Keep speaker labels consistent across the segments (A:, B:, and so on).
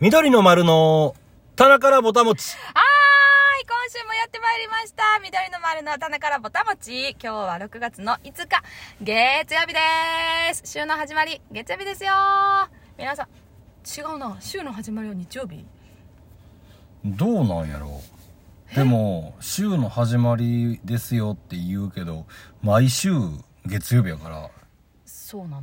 A: 緑の丸の棚からぼたもち。
B: はーい、今週もやってまいりました。緑の丸の棚からぼたもち。今日は6月の5日、月曜日です。週の始まり、月曜日ですよ。皆さん、違うな。週の始まりは日曜日
A: どうなんやろうでも、週の始まりですよって言うけど、毎週月曜日やから、
B: そうなの。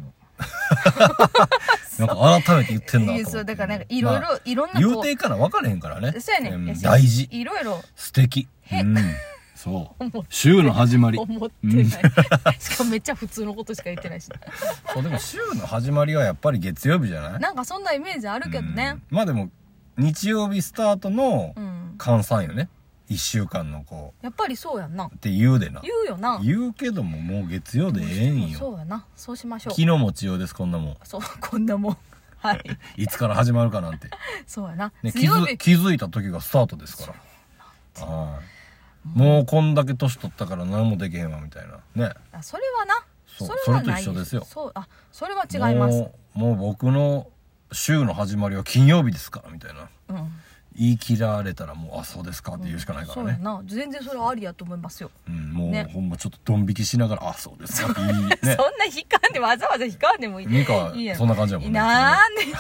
A: なんか改めて言ってんなと思っ
B: い
A: て。
B: や そうだからなんかいろいろ
A: まあ
B: いろんなこう
A: 言うていかな分かれへんからね。
B: そうやね
A: ん
B: ん。
A: 大事。
B: いろいろ
A: 素敵。うん。そう。週の始まり。
B: 思ってない。 しかもめっちゃ普通のことしか言ってな いし。
A: そう、でも週の始まりはやっぱり月曜日じゃない
B: なんかそんなイメージあるけどね。
A: うんまあでも、日曜日スタートの
B: うん。
A: 換算よね。一週間のこ
B: やっぱりそうやんな
A: う。。って言うでな。
B: 言うよな。
A: 言うけどももう月曜でええんよ
B: そうやな。そうしましょう
A: 昨。日も治療ですこんなもん
B: そう、 こんなもん。はい。
A: いつから始まるかなんて、
B: そうやな。
A: ね、気
B: 水曜
A: づ
B: 日。
A: 気づいた時がスタートですからはいもうこんだけ年取ったから何もできへんわみたいなね
B: あ、それはな。
A: そう
B: はない
A: それと一緒ですよ
B: そう、あ、それは違います。
A: もうもう僕の週の始まりは金曜日ですからみたいな
B: うん。
A: 言い切られたらもうあそうですかって言うしかないから
B: そうや
A: ね、
B: な。全然それはありやと思いますよ。
A: うんもう、
B: ね
A: ほんまちょっとドン引きしながらあそうですかって言い
B: そん
A: ね
B: な引かんで、わざわざ引かんでもいい。
A: 美香
B: いいや
A: そんな感じやもんね
B: なんでよ。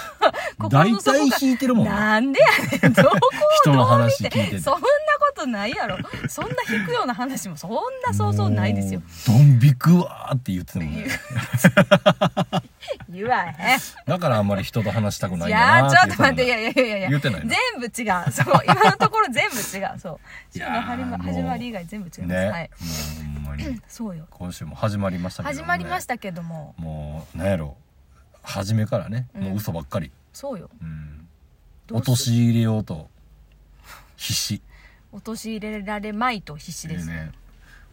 B: 心
A: 大
B: の底
A: 体
B: が
A: 引いてるもんな
B: なんでやねん。どこを
A: 人の
B: どう
A: 話
B: 見
A: 聞い
B: て
A: てて
B: そんなことないやろ。そんな引くような話もそんなそうそうないですよ。
A: もうドン引くわーって言ってたもんね
B: 言わへん。
A: だからあんまり人と話したくない
B: い
A: んだ
B: や
A: なー
B: ー、ちょ
A: て
B: っと待って、い
A: 言
B: やいやいやいや。
A: 言うてない
B: 全
A: な
B: 部違 う。そう、今のところ全部違う。そう。
A: い
B: 週
A: や
B: の
A: ー
B: 始ま
A: もう
B: 始まり以外全部違
A: うも
B: い
A: ん
B: ます。
A: ね
B: はい。
A: もうほんまに
B: そうよ。
A: 今週も始まりましたけど、ね、
B: 始まりましたけども、
A: もうなんやろ初めからねもう嘘ばっかり、
B: そうよ。
A: うん、
B: どう
A: 落
B: す
A: とし入れようと必死
B: 陥れられまいと必死です。
A: ね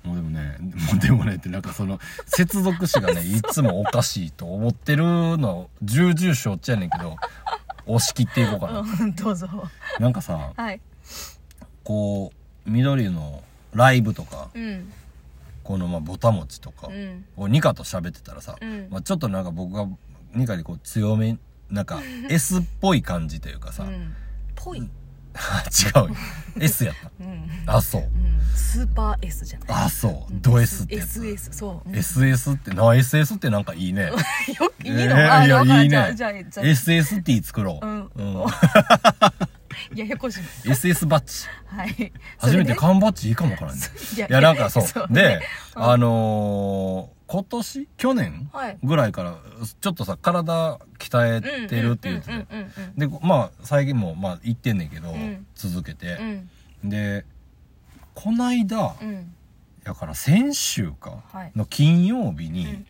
A: もうでもねもうでもねってなんかその接続詞 がねいつもおかしいと思ってるの重々承知やねんけど押し切っていこうかな、
B: うん、どうぞ。
A: なんかさ
B: はい。
A: こう緑のライブとか
B: うん。
A: このまあぼたもちとか、
B: うん。
A: こうニカと喋ってたらさ、
B: うん
A: まあ、ちょっとなんか僕がニカにこう強めなん か S っぽい感じというか
B: う
A: さ、
B: ん。ぽい。
A: 違うよ S やっ
B: うん。
A: たあそう
B: うん。スーパー S じゃない。
A: あそうド S ってやつ
B: SS そう
A: SS ってな SS ってなんかいいね
B: よ いいの、
A: え
B: あ
A: ーい
B: わか
A: や
B: る
A: いい
B: じゃ
A: ね
B: あじゃあじゃあ
A: SST 作ろう、
B: うん
A: うん、
B: ややこしい
A: SS バッジ
B: はい
A: 初めて
B: か
A: 缶バッジいいかもわからんね
B: いや
A: いやなんかそう
B: そう
A: で、
B: ねうん
A: あのー今年去年
B: はい
A: ぐらいからちょっとさ体鍛えてるって言ってて、
B: うんうんうん
A: でまあ最近もまあ行ってんねんけど、
B: うん
A: 続け
B: う
A: て、
B: ん
A: でこないだ
B: うんうん
A: やから先週か
B: はい
A: の金曜日
B: うん
A: に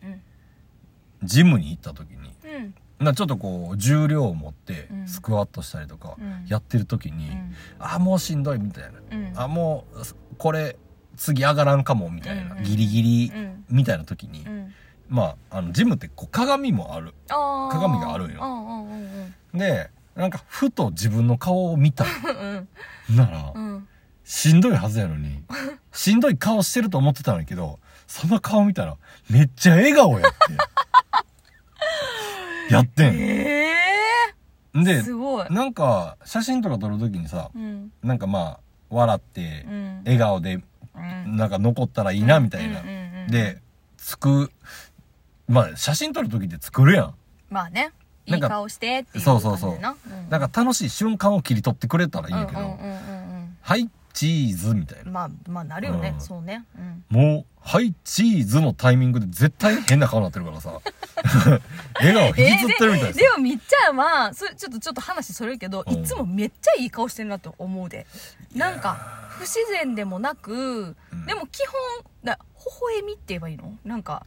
A: ジムに行った時に
B: うんうん
A: なちょっとこう重量を持って
B: うん
A: スクワットしたりとか
B: うん
A: やってる時に、
B: うん
A: あもうしんどいみたいな、
B: うん
A: あもうすこれ次上がらんかもみたいな、
B: うん
A: ギリギリ
B: うん
A: みたいな時に、
B: うん
A: まああのジムってこう鏡もある
B: あー
A: 鏡があるんよ
B: うんうんうんうん
A: でなんかふと自分の顔を見 た
B: うん
A: なら、
B: うん
A: しんどいはずやのに、しんどい顔してると思ってたんだけど、その顔見たら、めっちゃ笑顔や って。やってん。
B: ええ
A: で、
B: すごい
A: なんか、写真とか撮るときにさ、
B: うん
A: なんかまあ、笑って
B: う、ん
A: 笑顔で、
B: うん
A: なんか残ったらいいな、みたいな
B: うんう。んうん
A: で、つく、まあ、写真撮るときって作るや
B: まあねい
A: なん
B: い
A: か
B: 顔してっていう
A: そうそうそう。
B: 感じやなん
A: なんか楽しい瞬間を切り取ってくれたらいいんやけ
B: うんう
A: ど、
B: んうんうん
A: はい、チーズ、みたい
B: うん
A: な。
B: まあまあなるよね
A: うん
B: そうねうん
A: もう、はい、チーズのタイミングで絶対変な顔になってるから さ。笑顔引きずってるみたいです。
B: でもみっちゃんはそれちょっとちょっと話それるけど
A: うん
B: いつもめっちゃいい顔してるなと思うでなんか不自然でもなく、
A: うん
B: でも基本だ微笑みって言えばいいのなんか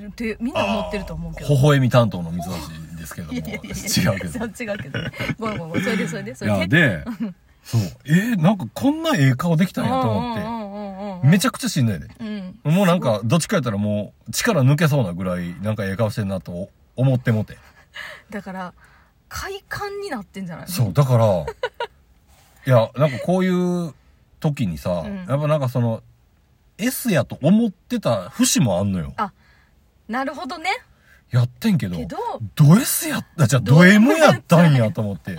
B: ってみんな思ってると思うけど
A: あー微笑み担当の水橋ですけども。
B: い
A: 違う
B: やいやいや
A: けど。
B: そう違うけどねごめんごめんごめんそれでそれでそ
A: い
B: れで
A: や、で、そう。えー、なんかこんなええ顔できたんやと思っ
B: 思
A: て。め
B: ゃ
A: ちゃくちゃしんどいで。
B: うん
A: もうなんか、どっちかやったらもう、力抜けそうなぐらい、なんかええ顔してんなと思ってもて。
B: だから快感になってんじゃない
A: そう、だから、いや、なんかこういう時にさ、
B: うん
A: やっぱなんかその、S やと思ってた節もあんのよ。
B: なるほどね
A: やってんけど、
B: けど
A: ド S やった、じゃあド M やったんやと思って。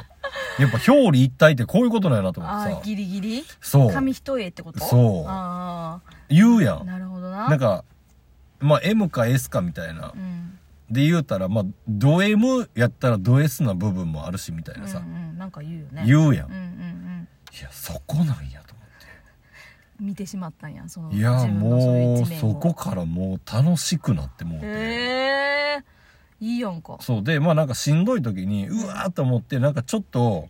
A: やっぱ表裏一体ってこういうことなんやなと思って
B: あ
A: さ
B: ーギリギリ
A: そう
B: 紙一重ってこと
A: そう
B: あ
A: 言うや
B: あ
A: ん
B: なるほどな
A: なんかまあ M か S かみたいな
B: うん
A: で言うたらまあド M やったらド S な部分もあるしみたいなさ
B: うんうん、なんか言うよね
A: 言うやん
B: うん
A: い
B: うんうん
A: やそこなんやと思
B: 見てしまったんやその
A: っていや
B: 自分のそうい
A: も
B: う
A: う
B: 一面を
A: そこからもう楽しくなってもうて
B: へえいいやんか
A: そうでまあなんかしんどい時にうわーと思ってなんかちょっと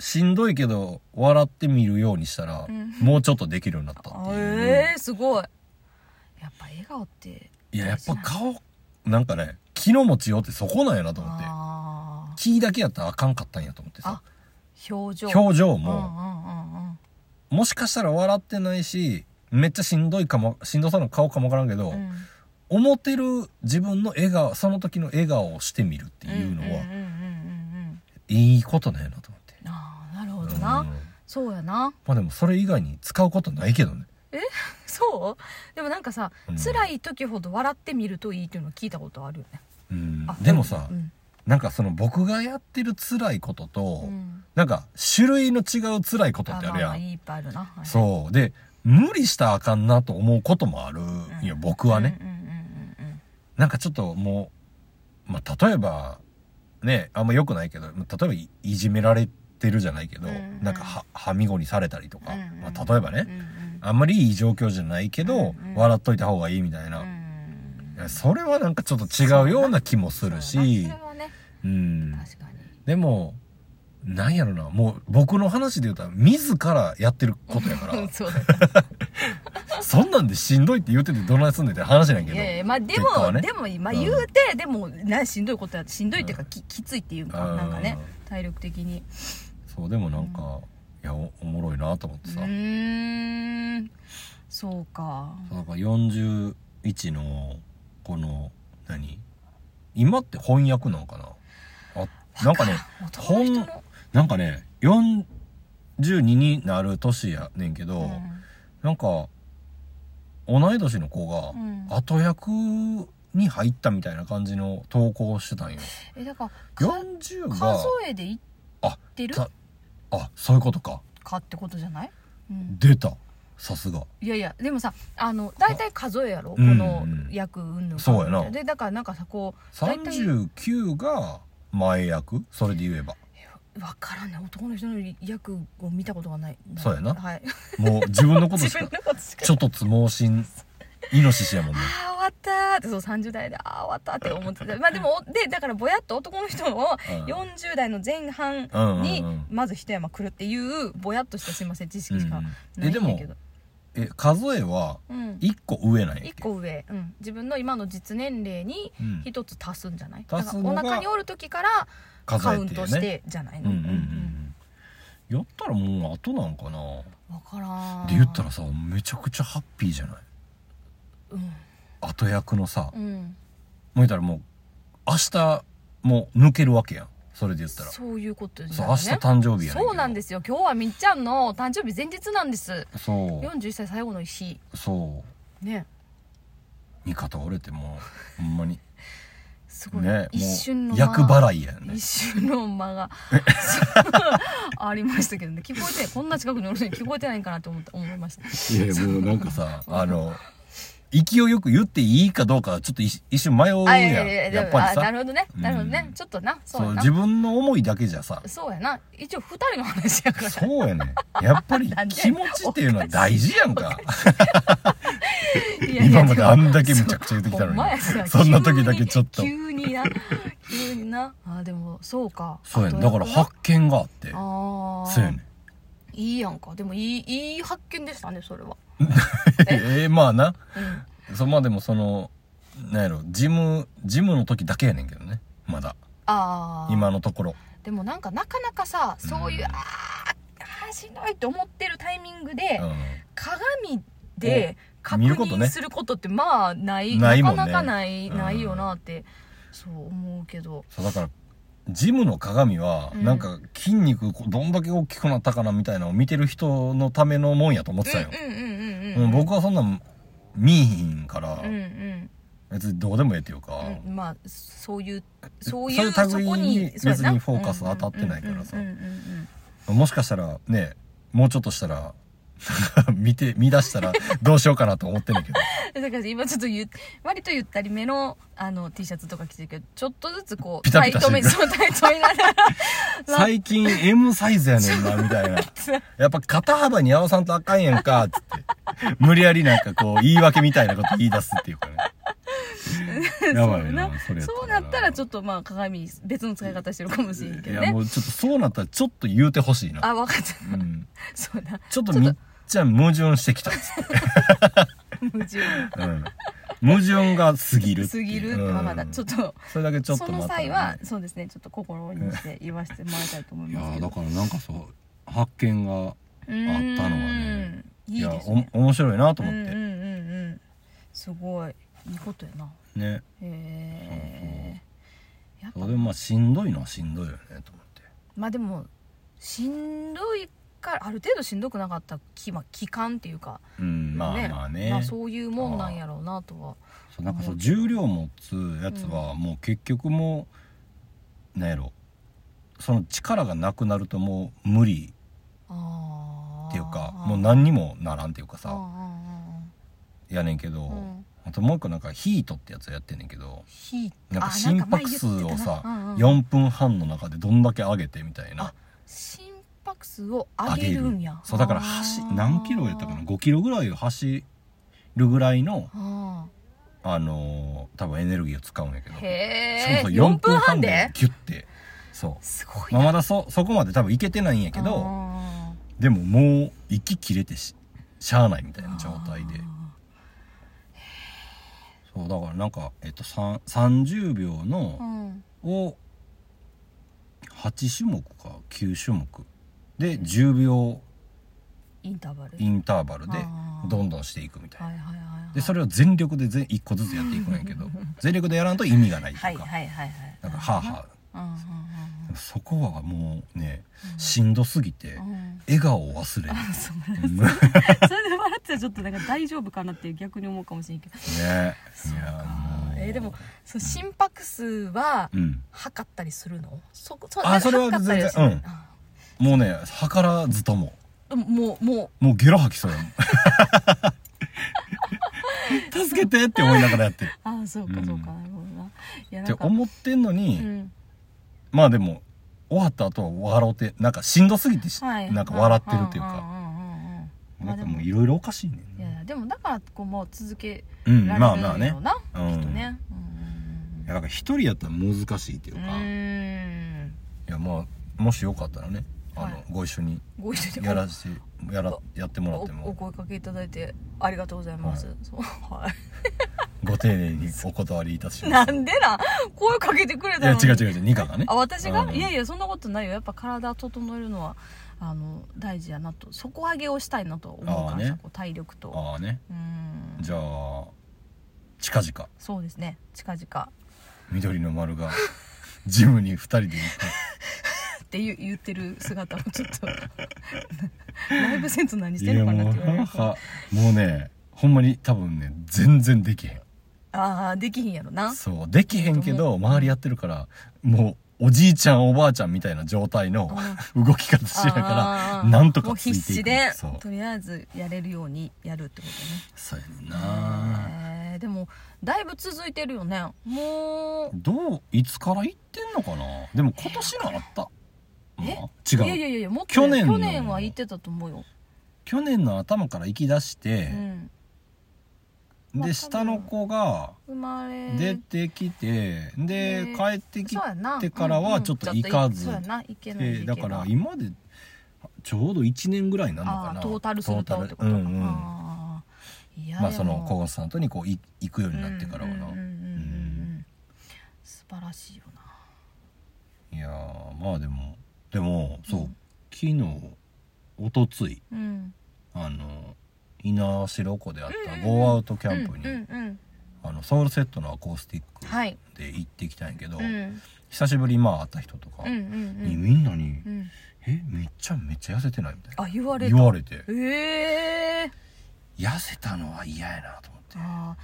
A: しんどいけど笑ってみるようにしたら、
B: うん
A: もうちょっとできるようになったっていう、
B: ええすごいやっぱ笑顔って
A: いややっぱ顔なんかね気の持ちようってそこなんやなと思って
B: あ
A: 気だけやったらあかんかったんやと思ってさ
B: ー表情
A: 表情
B: うんうん
A: も、
B: うんうん
A: もしかしたら笑ってないしめっちゃしんどいかもしんどさの顔かもわからんけど、
B: うん
A: 思ってる自分の笑顔その時の笑顔をしてみるっていうのは、
B: んうんうんうん
A: いいことなんやなと思って
B: うんああなるほど
A: うん
B: なそうやな
A: まあでもそれ以外に使うことないけどね
B: そうでもなんかさ、
A: うん
B: 辛い時ほど笑ってみるといいっていうのを聞いたことあるよね
A: うん
B: あ
A: でもさ、
B: うん
A: なんかその僕がやってる辛いことと、
B: うん
A: なんか種類の違う辛いこと
B: あ
A: ってあ
B: まあ
A: るや
B: まあ
A: ん。
B: いっぱいあるな、はい
A: そう。で、無理したらあかんなと思うこともあるんよ、
B: うん
A: 僕はね。
B: うんうんうんうん
A: なんかちょっともう、まあ、例えば、ね、あんま良くないけど、まあ例えばいいじめられてるじゃないけど、
B: うんうん
A: なんかは、はみごにされたりとか、
B: うんうん
A: まあ、例えばね、
B: うんうん
A: あんまりいい状況じゃないけど、
B: うんうん
A: 笑っといた方がいいみたいな。
B: うん
A: いやそれはなんかちょっと違うような気もするし
B: そうやなそれ、はね
A: うん。
B: 確かに
A: でも、なんやろな、もう僕の話で言うたら、自らやってることやか
B: うん
A: ら、
B: そうだ
A: そんなんでしんどいって言うててどないすんねんって話なんやけ
B: い
A: ど。
B: やいやまあで
A: 結果
B: も、
A: はね
B: でもまあ
A: うん
B: 言うて、でもなしんどいことやしんどいっていうか、
A: うん
B: ききついっていうか、
A: うん
B: なんかね体力的に
A: そう、でもなんか、いやお、おもろいなと思って
B: う
A: さ。
B: ーんそうか
A: そうだから41の、この、何今って翻訳なんかなあ、なんかね、
B: 男の人の
A: なんかね、42になる年やねんけど、なんか、同い年の子が、
B: うんうん
A: 後役に入ったみたいな感じの投稿をしてたんよ
B: えだか
A: 40
B: ら
A: が
B: 数えでいってる
A: たあそういうことか
B: かってことじゃない、うん、
A: 出たさすが
B: いやいやでもさあの大体数えやろこ
A: うん
B: の役うんぬん
A: そうやな
B: でだからなんかさこう大体
A: 39が前役それで言えば
B: わからんね男の人の役を見たことがない
A: そうやな
B: はい
A: もう自分のことし
B: 自分
A: か
B: のことしか
A: ちょっとつ盲信イノシシやもんね
B: ああ終わったーってそう30代でああ終わったって思っ てたまあでもでだからぼやっと男の人を
A: うん
B: 40代の前半
A: うんうんう
B: に
A: ん
B: まず一山来るっていうぼやっとしたすいません知
A: う
B: 識しか
A: ん
B: ない
A: え
B: ん
A: で
B: だ
A: も
B: けど、
A: え数えは
B: うん、
A: 1個上なんやっけ
B: 1個上、うん、自分の今の実年齢に
A: うん
B: 一つ足すんじゃないだ
A: 足
B: か
A: す
B: ら
A: の
B: お
A: が
B: 腹におる時から
A: 数
B: カ
A: え
B: ウン
A: て
B: ト
A: よ
B: し
A: ね
B: てじゃない
A: うん
B: の、
A: うんうんうんやったらもう後なんかな
B: 分からん
A: で言ったらさめちゃくちゃハッピーじゃない
B: うん、
A: 後役のさ、
B: うん、
A: もう言ったらもう明日もう抜けるわけやんそれで言ったらそう,、
B: そういうことです
A: 明日誕生日やね
B: そうなんですすよ今日はみっちゃんの誕生日前日なんです
A: そ
B: 41歳最後の日
A: うそう
B: ね
A: 味方折れてもうほんまに
B: すごい、
A: ね
B: 一瞬
A: も
B: の
A: う役払いやね
B: 一瞬の間が ありましたけどね聞こえてないこんな近くにおるのに聞こえてないんかなと思った思いました
A: いやいやもうなんかさ あの勢いよく言っていいかどうかちょっと一一瞬迷う
B: あ
A: やん
B: いやいやいや
A: やっ
B: で
A: ぱ
B: も
A: り
B: あな
A: さ
B: るほどねなるほどね、
A: うん
B: ちょっとなそう
A: そ
B: や
A: う
B: な
A: 自分の思いだけじゃさ
B: そうやな一応二人の話やか ら
A: そうやねんやっぱり
B: なんで
A: 気持ちっていうのは大事やんか
B: いやいや
A: 今まであんだけめちゃくちゃ言ってきたの
B: ほんまや
A: に
B: さ
A: そんな時だけちょっと
B: 急に急にな急になあでもそうか
A: そうやねん
B: あ
A: だ
B: と
A: から
B: な
A: 発見があって
B: ああ
A: そうやねん
B: いいやんかでもいいいい発見でしたねそれは
A: ええまあな
B: うん
A: そまあでもそのなんやろジムジムの時だけやねんけどねまだ
B: ああ
A: 今のところ
B: でもなんかなかなかさそういう、
A: うん
B: あーあーしんどいって思ってるタイミングで、
A: う
B: 鏡で確
A: 見ること
B: 認
A: ね
B: することってまあない
A: ないもんね
B: かなかない、
A: うん
B: ないよなってそう思うけど
A: んそうだからジムの鏡は、
B: うん
A: なんか筋肉こうどんだけ大きくなったかなみたいなのを見てる人のためのもんやと思ってたよ、
B: うんうんうんうん
A: も
B: う
A: うん僕はそんなん見いひんから、
B: うんうん
A: 別にどうでもええっていうか、
B: うんまあそういう
A: そ
B: そう
A: う
B: い
A: いうう
B: そ
A: 類
B: こに
A: に
B: そうやな
A: 別にフォーカス当たってないからさ
B: うんうんうんうんうん
A: もしかしたらねもうちょっとしたら なんか見て見出したらどうしようかなと思ってんだ けど
B: うんだから今ちょっとゆ割とゆったりめのあの T シャツとか着てるけどちょっとずつこう
A: ピタピタ
B: タイトめ
A: して
B: そうタイトめながら
A: 最近 M サイズやねんなみたいなやっぱ肩幅に合わさんとあかんやんかっつって無理やりなんかこう言い訳みたいなこと言い出すっていうかね やばいな
B: そう
A: れや
B: そうなったらちょ
A: っ
B: っとまあ鏡別の使い方してるかもしれんけど
A: いや
B: ね
A: もうちょっとそうなったらちょっと言うてほしいな、
B: あ分かった
A: うん、
B: そうだ
A: ちょっとみっちゃん矛盾してきたっつって
B: 矛盾
A: うん矛盾が過ぎるって
B: す
A: いう
B: ぎるって
A: うん
B: まだちょっと
A: それだけちょっと
B: その
A: またね
B: 際はそうですねちょっと心にして言わせてもらいたいと思 い
A: いや
B: ます
A: ー
B: け
A: だ
B: ど
A: からなんかそう発見が
B: うーん
A: あったのはね
B: いい
A: や
B: ですね
A: お面白いなと思
B: うん
A: っ
B: うんうんうんすごいいいことやな
A: てね
B: へえやっ
A: そ
B: ぱ
A: れでもまあしんどいのはしんどいよねと思って
B: まあでもしんどいからある程度しんどくなかった期,、まあ、期間っていうか
A: うんまあまあね
B: まあそういうもんなんやろうなとは
A: そうなんかそう重量持つやつはもう結局もうなんやろその力がなくなるともう無理
B: ああ
A: っていうかもう何にもならんっていうかさやねんけど
B: うん
A: あともう一個なんかヒートってやつやってんねんけど
B: ヒー
A: なん
B: あ
A: か心拍数をさ
B: なんか前言ってたなうんうん
A: 4分半の中でどんだけ上げてみたいな
B: あ心拍数を上げるんや
A: そうだから走何キロやったかな5キロぐらいを走るぐらいの
B: あ
A: あのー多分エネルギーを使うんやけど
B: ー
A: し
B: へえ
A: も
B: 4分半で
A: ギュッてそ、
B: すごいう
A: まあ、まだそそこまで多分いけてないんやけど
B: あ
A: でももう息切れてししゃあないみたいな
B: ー
A: 状態でそうだからなんか、えっと、さん30秒
B: う
A: の
B: ん
A: を8種目か9種目で10秒
B: インターバル
A: インターバルで
B: あー
A: どんどんしていくみたいな
B: はいはいはいはい
A: でそれを全力で全一個ずつやっていくんやけど全力でやらんと意味がないというか、
B: はいはいはいはい
A: なんかはあは
B: うんうん
A: あそこはもうね
B: うん
A: しんどすぎて
B: うんうん
A: 笑顔を忘れる
B: あそう それで笑ってたらちょっとなんか大丈夫かなって逆に思うかもしれんけど
A: ね
B: そう
A: い
B: か
A: やもう
B: えーでもその心拍数は
A: うん
B: 測ったりするのそこそ
A: あそれは
B: 測ったり
A: 全然
B: しない
A: うんもうね計らずとも
B: あもうも
A: もうゲロ吐きそうや もん助けてって思いながらやってる
B: うあそうか
A: うん
B: そうかなるほどないや
A: っ
B: な
A: て
B: んか
A: 思ってんのに、
B: うん
A: まあでも終わった後は笑うてなんかしんどすぎてし、
B: はい
A: なんか笑ってるというか、
B: んうんうんうんうん
A: なんか
B: ま
A: も
B: あ
A: う
B: で
A: いろいろおかしいねん
B: いやいやでもだからこうもう続け
A: うん
B: られ
A: まあ
B: るん
A: まあ
B: や
A: ね
B: ろうな
A: うん
B: きっとねうん
A: いやだから一人やったら難しいっていう
B: う
A: か、
B: ん
A: い
B: うんうんうん
A: やまあもしよかったらねあの、
B: はい
A: ご一緒 に
B: ご一緒に
A: やらしやらやってもらって
B: おお
A: も
B: 声かけいただいてありがとうございます、
A: はい
B: そう はい
A: ご丁寧 にお断りいたしま
B: な
A: す
B: んでな声かけてくれ
A: い
B: た
A: や
B: の
A: 違う
B: う
A: 違う違うニカがね
B: あ私が、
A: うん
B: いやいやそんなことないよやっぱ体整えるのはあの大事やなと底上げをしたいなと思うから
A: あー
B: さ、
A: ね
B: こう体力と
A: ああね
B: うん
A: じゃあ近々
B: そうですね近々
A: 緑の丸が ジムに二人で行って
B: って言う言ってる姿もちょっ とライブセンス 何して
A: い
B: ん
A: や
B: のかな
A: も
B: っ
A: う
B: て言われる
A: はもうねほんまに多分ね全然できへ
B: ああできひんやろなん
A: そうできへんけど周りやってるからもうおじいちゃんおばあちゃんみたいな状態の
B: あ
A: 動き方しなが
B: あ
A: ら
B: ー
A: なんとか
B: もう
A: ついていく
B: 必死で
A: そう
B: とりあえずやれるようにやるってことね
A: そうやねんな
B: へーでもだいぶ続いてるよねもう
A: どういつから行ってんのかなでも今年のあった、ま
B: え
A: あ、
B: いや
A: 違
B: いうやいやもっと
A: 去年の
B: 去年は行ってたと思うよ、
A: 去年の頭から行き出し
B: う
A: て、
B: ん、まあ
A: で下の子が
B: 生まれ
A: 出てきて、で
B: ね
A: 帰ってき
B: そうやな
A: てからはちょっと行かず
B: うんうんそうやな行けない時
A: て
B: 期
A: だ
B: が
A: から今でちょうど1年ぐらいになるのか
B: あ
A: な
B: ートータルすると
A: トータ
B: って
A: ル
B: ことか
A: うんうんま
B: あーいや
A: あその小
B: う
A: 口さんとにこうい行くようになってからはな、
B: んうんうんうんうん素晴らしいよない
A: やーまあでもでもそう、
B: うん
A: 昨日おとつい
B: うん
A: あの猪苗代湖であった
B: うんうんうん
A: ゴーアウトキャンプに、
B: うんうんうん
A: あのソウルセットのアコースティック
B: はい
A: で行ってきたんやけど、
B: うんうん
A: 久しぶりにまあ会った人とか
B: うん
A: に、
B: うん
A: みんなに
B: うん
A: 「えめっちゃめっちゃ痩せてない?」みたいな
B: あ言われ
A: 言
B: た
A: われて
B: ええー
A: 痩せたのは嫌やなと思って
B: あ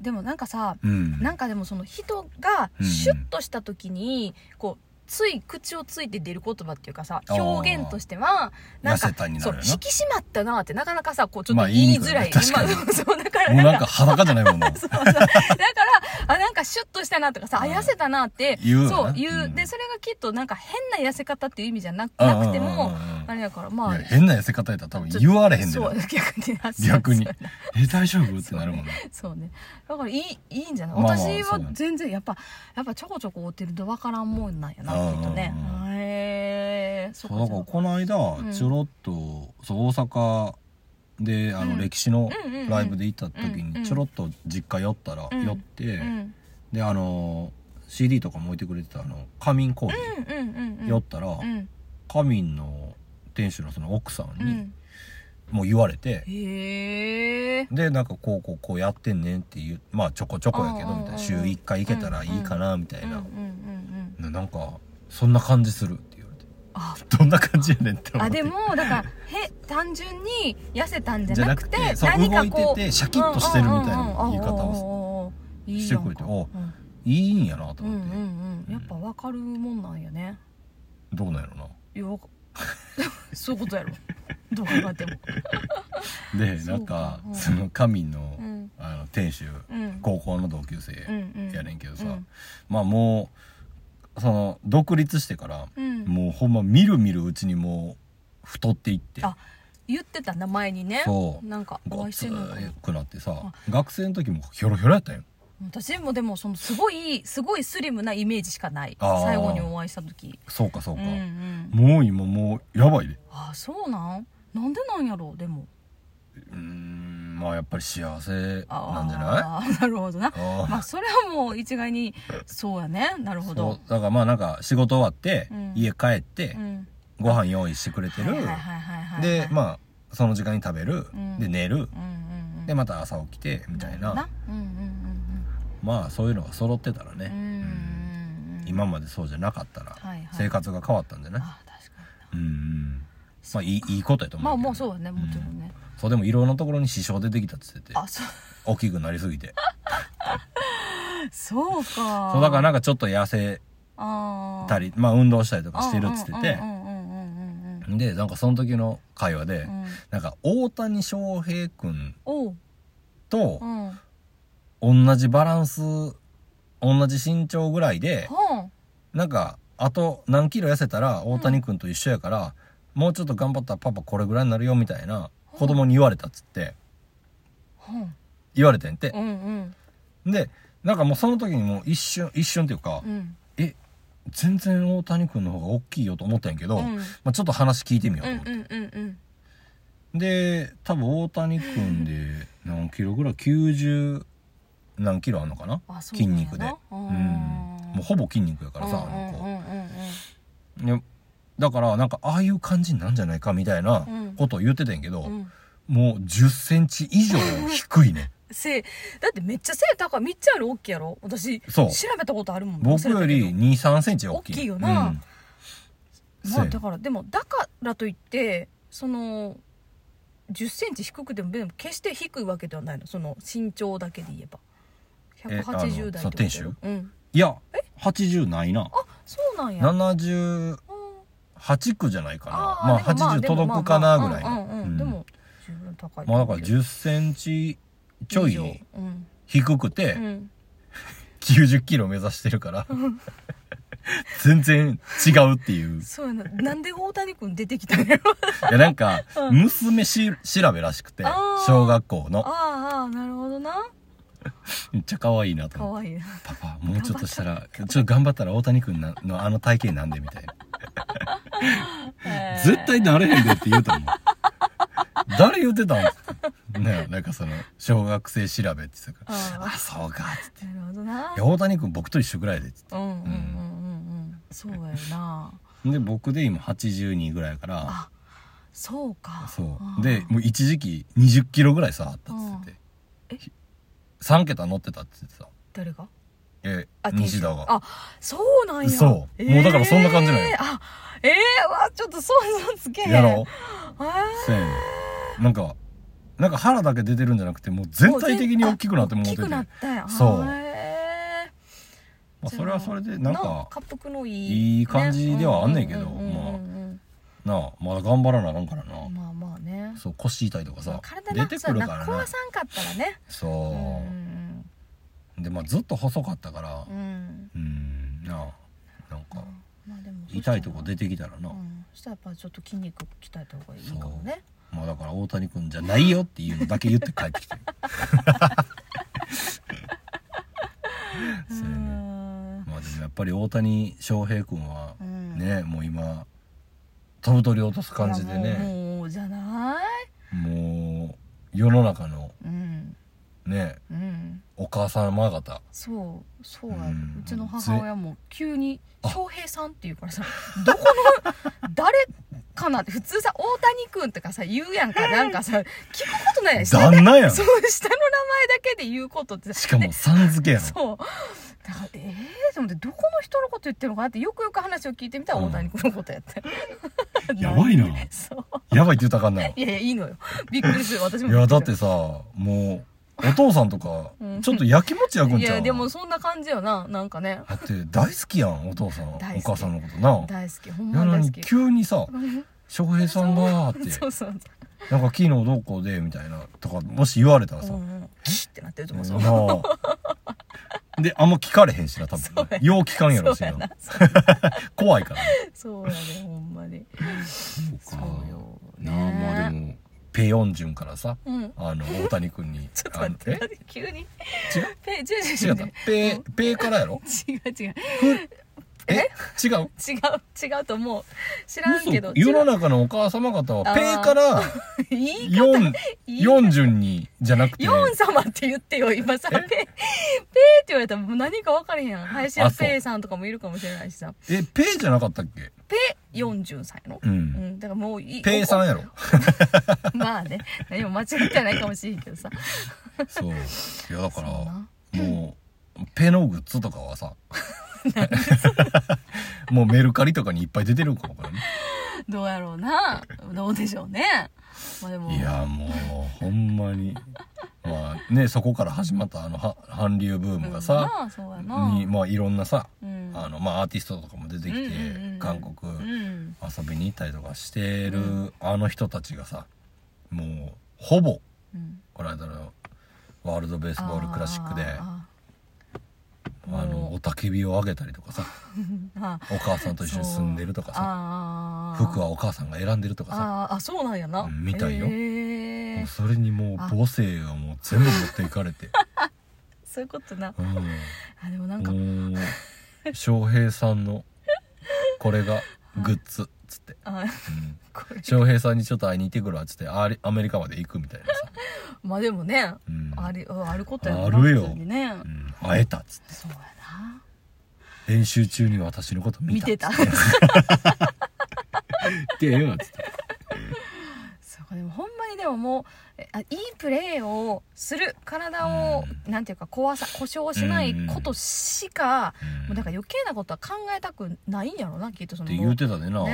B: ーでもなんかさ、
A: うん。
B: なんかでもその人が
A: うん
B: シュッとした時に、こうつい口をついて出る言葉っていうかさ
A: あー
B: 表現としてはなんか
A: 痩せたにな
B: そ
A: る
B: う
A: よな
B: 引き締まったなってなかなかさこうちょっ
A: ま
B: と
A: あ
B: 言いづら
A: 言いに
B: い,、
A: くいね確かに
B: まあそうそうだから
A: もうな
B: な
A: んん
B: か
A: か裸じゃないもんな。
B: そうそうだからあなんかシュッとしたなとかさあ
A: うん
B: 痩せたなって
A: 言うよな
B: そう言う、
A: うん
B: でそれがきっとなんか変な痩せ方っていう意味じゃななくて
A: うんう
B: も
A: んうんうん
B: あれやから
A: い
B: まあ
A: や変な痩せ方やったら多分言われへんで
B: そう逆にあそう
A: 逆に
B: そう。
A: え、大丈夫ってなるもんね。
B: そうね。だからいい、いいんじゃない、
A: まあまあ
B: 私
A: そ
B: は
A: うね
B: 全然、やっぱ、やっぱちょこちょこ追ってるとわからんもんなんやな、
A: うんうんうん
B: きっとね。へえー、そ
A: そうだから
B: っか。
A: この
B: ん
A: 間ちょろっと、そう大阪であ
B: う
A: の
B: ん
A: 歴史の
B: うんうんうん
A: ライブで行った時
B: うんうん
A: にちょろっと実家寄ったら、
B: うん
A: 寄って、
B: うん、うん、
A: であの CD とかも置いてくれてたあの仮眠コーヒ
B: うん、うん。
A: ー寄ったら、
B: うん、
A: 仮眠の店主のその奥さん
B: う
A: に
B: ん。
A: もう言われて、
B: へえー。
A: でなんかこうこうこうやってんねんっていうまあちょこちょこやけどみたい
B: うんうんう
A: なん週1回行けたらいいかなみたい
B: うん、うん、う
A: な、
B: ん、
A: ななんかそんな感じするって言われて
B: あ
A: どんな感じやねんって
B: うん。
A: 思っ
B: あ、
A: て
B: でも、だから、へ、単純に痩せたんじ
A: じ
B: ゃ
A: ゃ
B: な
A: な
B: く
A: く
B: て
A: て、そう動いててシャキッとしてるみたいな言い方を
B: を
A: してくれてお
B: う
A: いいんやなと
B: ん、うん、う
A: 思って、
B: ん、うん。やっぱわかるもんなんやね。
A: どうなんやろない
B: や、わか そういうことやろ。どう考えても。
A: で
B: そう
A: なんか
B: うん
A: その神の,、
B: うん
A: あの店主
B: うん。
A: 高校の同級生
B: うんうん
A: やねんけどさ、
B: うん
A: まあもうその独立してから、
B: うん
A: もうほんまみるみるうちにもう太っていって
B: あ言ってた名前にね。
A: そう
B: なんか、お
A: ご
B: 会いし
A: つ
B: てんのかな。
A: くなってさ学生の時もヒョロヒョロやったんよ
B: 私もでも、その、すごい、すごいスリムなイメージしかない。
A: あー
B: 最後にお会いした時。
A: そうかそう
B: うん
A: か、
B: うん。
A: もう今もうやばいで
B: あ、そうなんなんでなんやろう、でも。
A: うーんまあやっぱり幸せ
B: あー
A: なんじゃない
B: なるほどな。
A: あー
B: まあ、それはもう一概に、そうやね。なるほ
A: そう。
B: ど
A: だからまあなんか仕事終わって、
B: うん
A: 家帰って、
B: うん。
A: ご飯用意してくれてる、
B: はいはいはいはいはい。
A: でまあその時間に食べる、
B: うん
A: で寝る
B: あ、うんうんうん。
A: でまた朝起きてみたいな、。
B: うんうんうんうん。
A: まあそういうのが揃ってたらね、
B: うんうんうん
A: 今までそうじゃなかったら
B: はいはい
A: 生活が変わったんじゃない、
B: あ確かにな
A: うんうんまあいいいいことやと思う
B: まあ
A: けど
B: もうそうだねもちろんね、
A: そうでもいろんなところに支障出てきたって言ってて
B: あそう
A: 大きくなりすぎて
B: そうか
A: そうだからなんかちょっと痩せ
B: あ
A: た
B: り
A: りまあ運動したりとかしてるっつってて
B: うんうんうんうんうんうん
A: でなんかその時の会話で、
B: うん
A: なんか大谷翔平君
B: おう
A: と
B: うんは
A: 同じバランス同じ身長ぐらいで
B: あ
A: なんかあと何キロ痩せたら大谷君と一緒やから、もうちょっと頑張ったらパパこれぐらいになるよみたいな子供に言われたっつって
B: は
A: 言われてんて
B: あう、んうん
A: でなんかもうその時にもう一瞬一瞬っていうか、
B: うん
A: え全然大谷君の方が大きいよと思ったんやけど、
B: うん
A: まあ、ちょっと話聞いてみよう
B: う
A: と
B: ん
A: 思って、
B: うんうんうん
A: で多分大谷君で何キロぐらい90何キロあんのかな
B: あそう
A: 筋
B: なんやな
A: 肉で
B: う
A: うん
B: ん
A: もうほぼ筋肉やからさ、
B: うんうん
A: あの
B: う
A: 子
B: んうん
A: いやだからなんかああいう感じなんじゃないかみたいな
B: うん
A: ことを言ってたんやけど、
B: うんうん
A: もう1 0ンチ以上低いね
B: 背だってめっちゃ背高いめっちゃある大きいやろ私
A: そう
B: 調べたことある もん
A: 僕より
B: 忘れたけ
A: 2
B: ど
A: 3三センチ大きい
B: 大きいよな
A: うん
B: まあ
A: せ
B: だからでもだからといってその1 0ンチ低くてもでも決して低いわけではないのその身長だけで言えば
A: えあの
B: 180代
A: そ
B: と
A: う
B: か
A: 店主
B: うん
A: いや80ないな
B: あそうなんや
A: 78区じゃないかな
B: あ
A: まあ
B: ーでも
A: 80
B: でも
A: 届くかなぐらい
B: まあまあうんうんうん
A: うん
B: でも十分高い
A: まあだから1 0ンチちょ
B: 以上
A: い
B: うん
A: 低くて
B: うん
A: 9 0キロ目指してる から全然違うっていう
B: そうやななんで大谷君出てきたのよ
A: いやなんか
B: うん
A: 娘し調べらしくて
B: あー
A: 小学校の
B: あーあーなるほどな
A: めっちゃ可愛いなと
B: か
A: 思って
B: わいいな
A: パパもうちょっとしたらちょっと頑張ったら大谷君なのあの体型なんでみたいな 絶対なれへんでって言うと思う誰言ってたんってねなんかその小学生調べって言ってたから
B: あ
A: あそうかっつって
B: ーなるほどない
A: や大谷君僕と一緒ぐらいでっつっ
B: うんうんうんうんうんそうやな
A: てで僕で今82ぐらいやから
B: あそうか
A: そうでもう一時期20キロぐらいさあったっつって
B: うんえ
A: て3桁乗ってたって言ってた
B: 誰が
A: え
B: あ
A: 西田が
B: あそうなんや
A: そう
B: え
A: もうだからそんな感じなんや
B: あええわちょっと想像つけへん
A: やろう
B: あ
A: せやねんなんかなんか腹だけ出てるんじゃなくてもう全体的に大きくなってもう
B: 大
A: て
B: き
A: て
B: くなったんや
A: そう
B: へ
A: まあ、それはそれでなんか
B: 恰幅のいい
A: いい感じではあんねんけど
B: うううんうん
A: なあまだ頑張らなあかんからな、
B: うんまあまあね
A: そう腰痛いとかさ
B: 体
A: 出
B: な
A: て
B: そ
A: く
B: う
A: る
B: や
A: か
B: な
A: ら
B: 壊
A: な
B: さんかったらねう
A: そ
B: ん
A: うでまあずっと細かったから
B: うんうん
A: うんなあなんか
B: まあでも
A: 痛いとこ出てきたらな、
B: うんそしたらやっぱちょっと筋肉鍛えた方がいいかもね
A: まあだから大谷君じゃないよっていうのだけ言って帰ってき てる
B: う
A: そうや
B: ー
A: ね
B: ん
A: まあでもやっぱり大谷翔平君は
B: うん
A: ね、もう今飛ぶ鳥落とす感じで
B: いやも
A: ね
B: うもうじゃない
A: もう世の中の
B: うん
A: ね
B: うん
A: お母様方
B: そうそうや、
A: う
B: うんちの母親も急に「
A: あ
B: 翔平さん」って言うからさどこの誰かなって普通さ「大谷くん」とかさ言うやんかなんかさ聞くことないやん下で
A: 旦那やん
B: そう下の名前だけで言うことってさ
A: しかもさん付けやろ
B: そうだからえー、と思ってどこの人のこと言ってるのかなってよくよく話を聞いてみたら
A: うん
B: 大谷君のことやって、
A: やばいな
B: そう
A: やばいって言ったらあかんない
B: いやいやいいのよびっくりする私も
A: いやだってさもうお父さんとか
B: うん
A: ちょっと焼きもち焼くん
B: い
A: ちゃう
B: やでもそんな感じよななんかね
A: だって大好きやんお父さんお
B: 大好き
A: 母さんのことな
B: 大好きほん
A: な
B: ま
A: の
B: に
A: に
B: 大好き
A: 急にさ「翔平さんが」って
B: そうそう
A: なんか昨日どうこうでみたいなとかもし言われたら
B: そう、
A: さ
B: うんうん、キーってなってると思う、そう
A: なあであんま聞かれへんしな多
B: そうや
A: 分よう聞かんやろし
B: そうや
A: な
B: なそう
A: 怖いからね
B: そうやねほんまに
A: そ
B: そうう
A: か
B: よね
A: なあまあでもペヨンジュンからさ
B: うん
A: あ の大谷君に
B: ちょっと待って
A: あの
B: 待って急に
A: え違う
B: ページ
A: 違
B: 違
A: ったペ ーペーからやろ
B: 違う違う
A: ふえ違う
B: 違う違うと思う知らんけど
A: 嘘世の
B: 違う
A: 中のお母様方は
B: あー
A: ペーから
B: 言い方
A: 4
B: いい
A: 四順にじゃなくて
B: ヨン様って言ってよ今さペ
A: え
B: ペーペーって言われたらもう何か分かれへんやん林家
A: あそう
B: ペーさんとかもいるかもしれないしさ
A: えペーじゃなかったっけ
B: ペー40歳の
A: う
B: うんんだからもういい
A: ペーさんやろ
B: まあね何も間違ってないかもしれんけどさ
A: そういやだから
B: そうな
A: もうペのグッズとかは さ もうメルカリとかにいっぱい出てるかもからね
B: どうやろうなどうでしょうねまあでも
A: いやもうほんまに まあねそこから始まったあのは韓流ブームがさ、
B: うんなそうやな
A: にまあいろんなさ、
B: うん
A: あのまあアーティストとかも出てきて、
B: うんうんうん
A: 韓国
B: うん
A: 遊びに行ったりとかしてる、
B: う
A: あの人たちがさもうほぼ
B: うん
A: この間のワールドベースボールクラシックであ
B: あー
A: の
B: もう
A: おたけびをあげたりとかさ
B: あ
A: お母さんと一緒に住んでるとかさ
B: あー
A: 服はお母さんが選んでるとかさ
B: あーあそうなんやな
A: うんみたいよ
B: へー
A: もうそれにもう
B: あ
A: 母性がもう全部持っていか れて、
B: そういうことな
A: うん、
B: あでもなんか
A: もう翔平さんのこれがグッズっつって、
B: あ
A: うん
B: これ
A: 翔平さんにちょっと会いに行ってくるわっつってあれアメリカまで行くみたいなさ、
B: まあでもね
A: うん
B: あれあることやな
A: あるよ
B: 普通にね
A: うん会えたっつって
B: そうやな
A: 練習中に私のこと見
B: 見
A: たっつって
B: た
A: てええわっつって
B: そうかでもほんまにでももうえあいいプレーをする体をなんていうか壊さ故障しないことしか
A: うん
B: もうなんか余計なことは考えたくないんやろなきっとそ
A: っ
B: の
A: て言うてたでな、
B: ね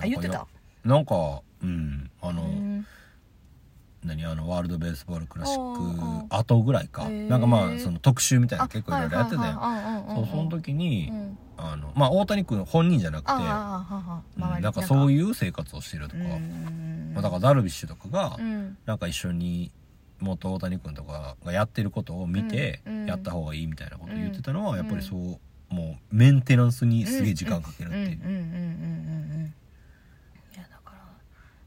B: あ言って
A: や
B: た
A: っなんかうんあの、
B: うん
A: 何あのワールドベースボールクラシ
B: うんう
A: ッ
B: ん
A: ク後ぐらいか、
B: へー
A: なんかまあその特集みたいな
B: あ
A: の結構いろいろやってたやん
B: はいはいはいはいうんうん
A: そううんその時に、
B: うん
A: あのまあ大谷君本人じゃなくて
B: あああ
A: うん
B: あああ
A: なんかそう
B: いう
A: いう生活をしてるとか、まあ、だ
B: か
A: からダルビッシュとかが、
B: うん
A: なんか一緒に元大谷君とかがやってることを見て、
B: うんうん
A: やった方がいいみたいなことを言ってたのは、
B: うん
A: やっぱりそうもうメンテナンスにすげえ時間かけるっていう、
B: うんうんうんうんうんうんいやだから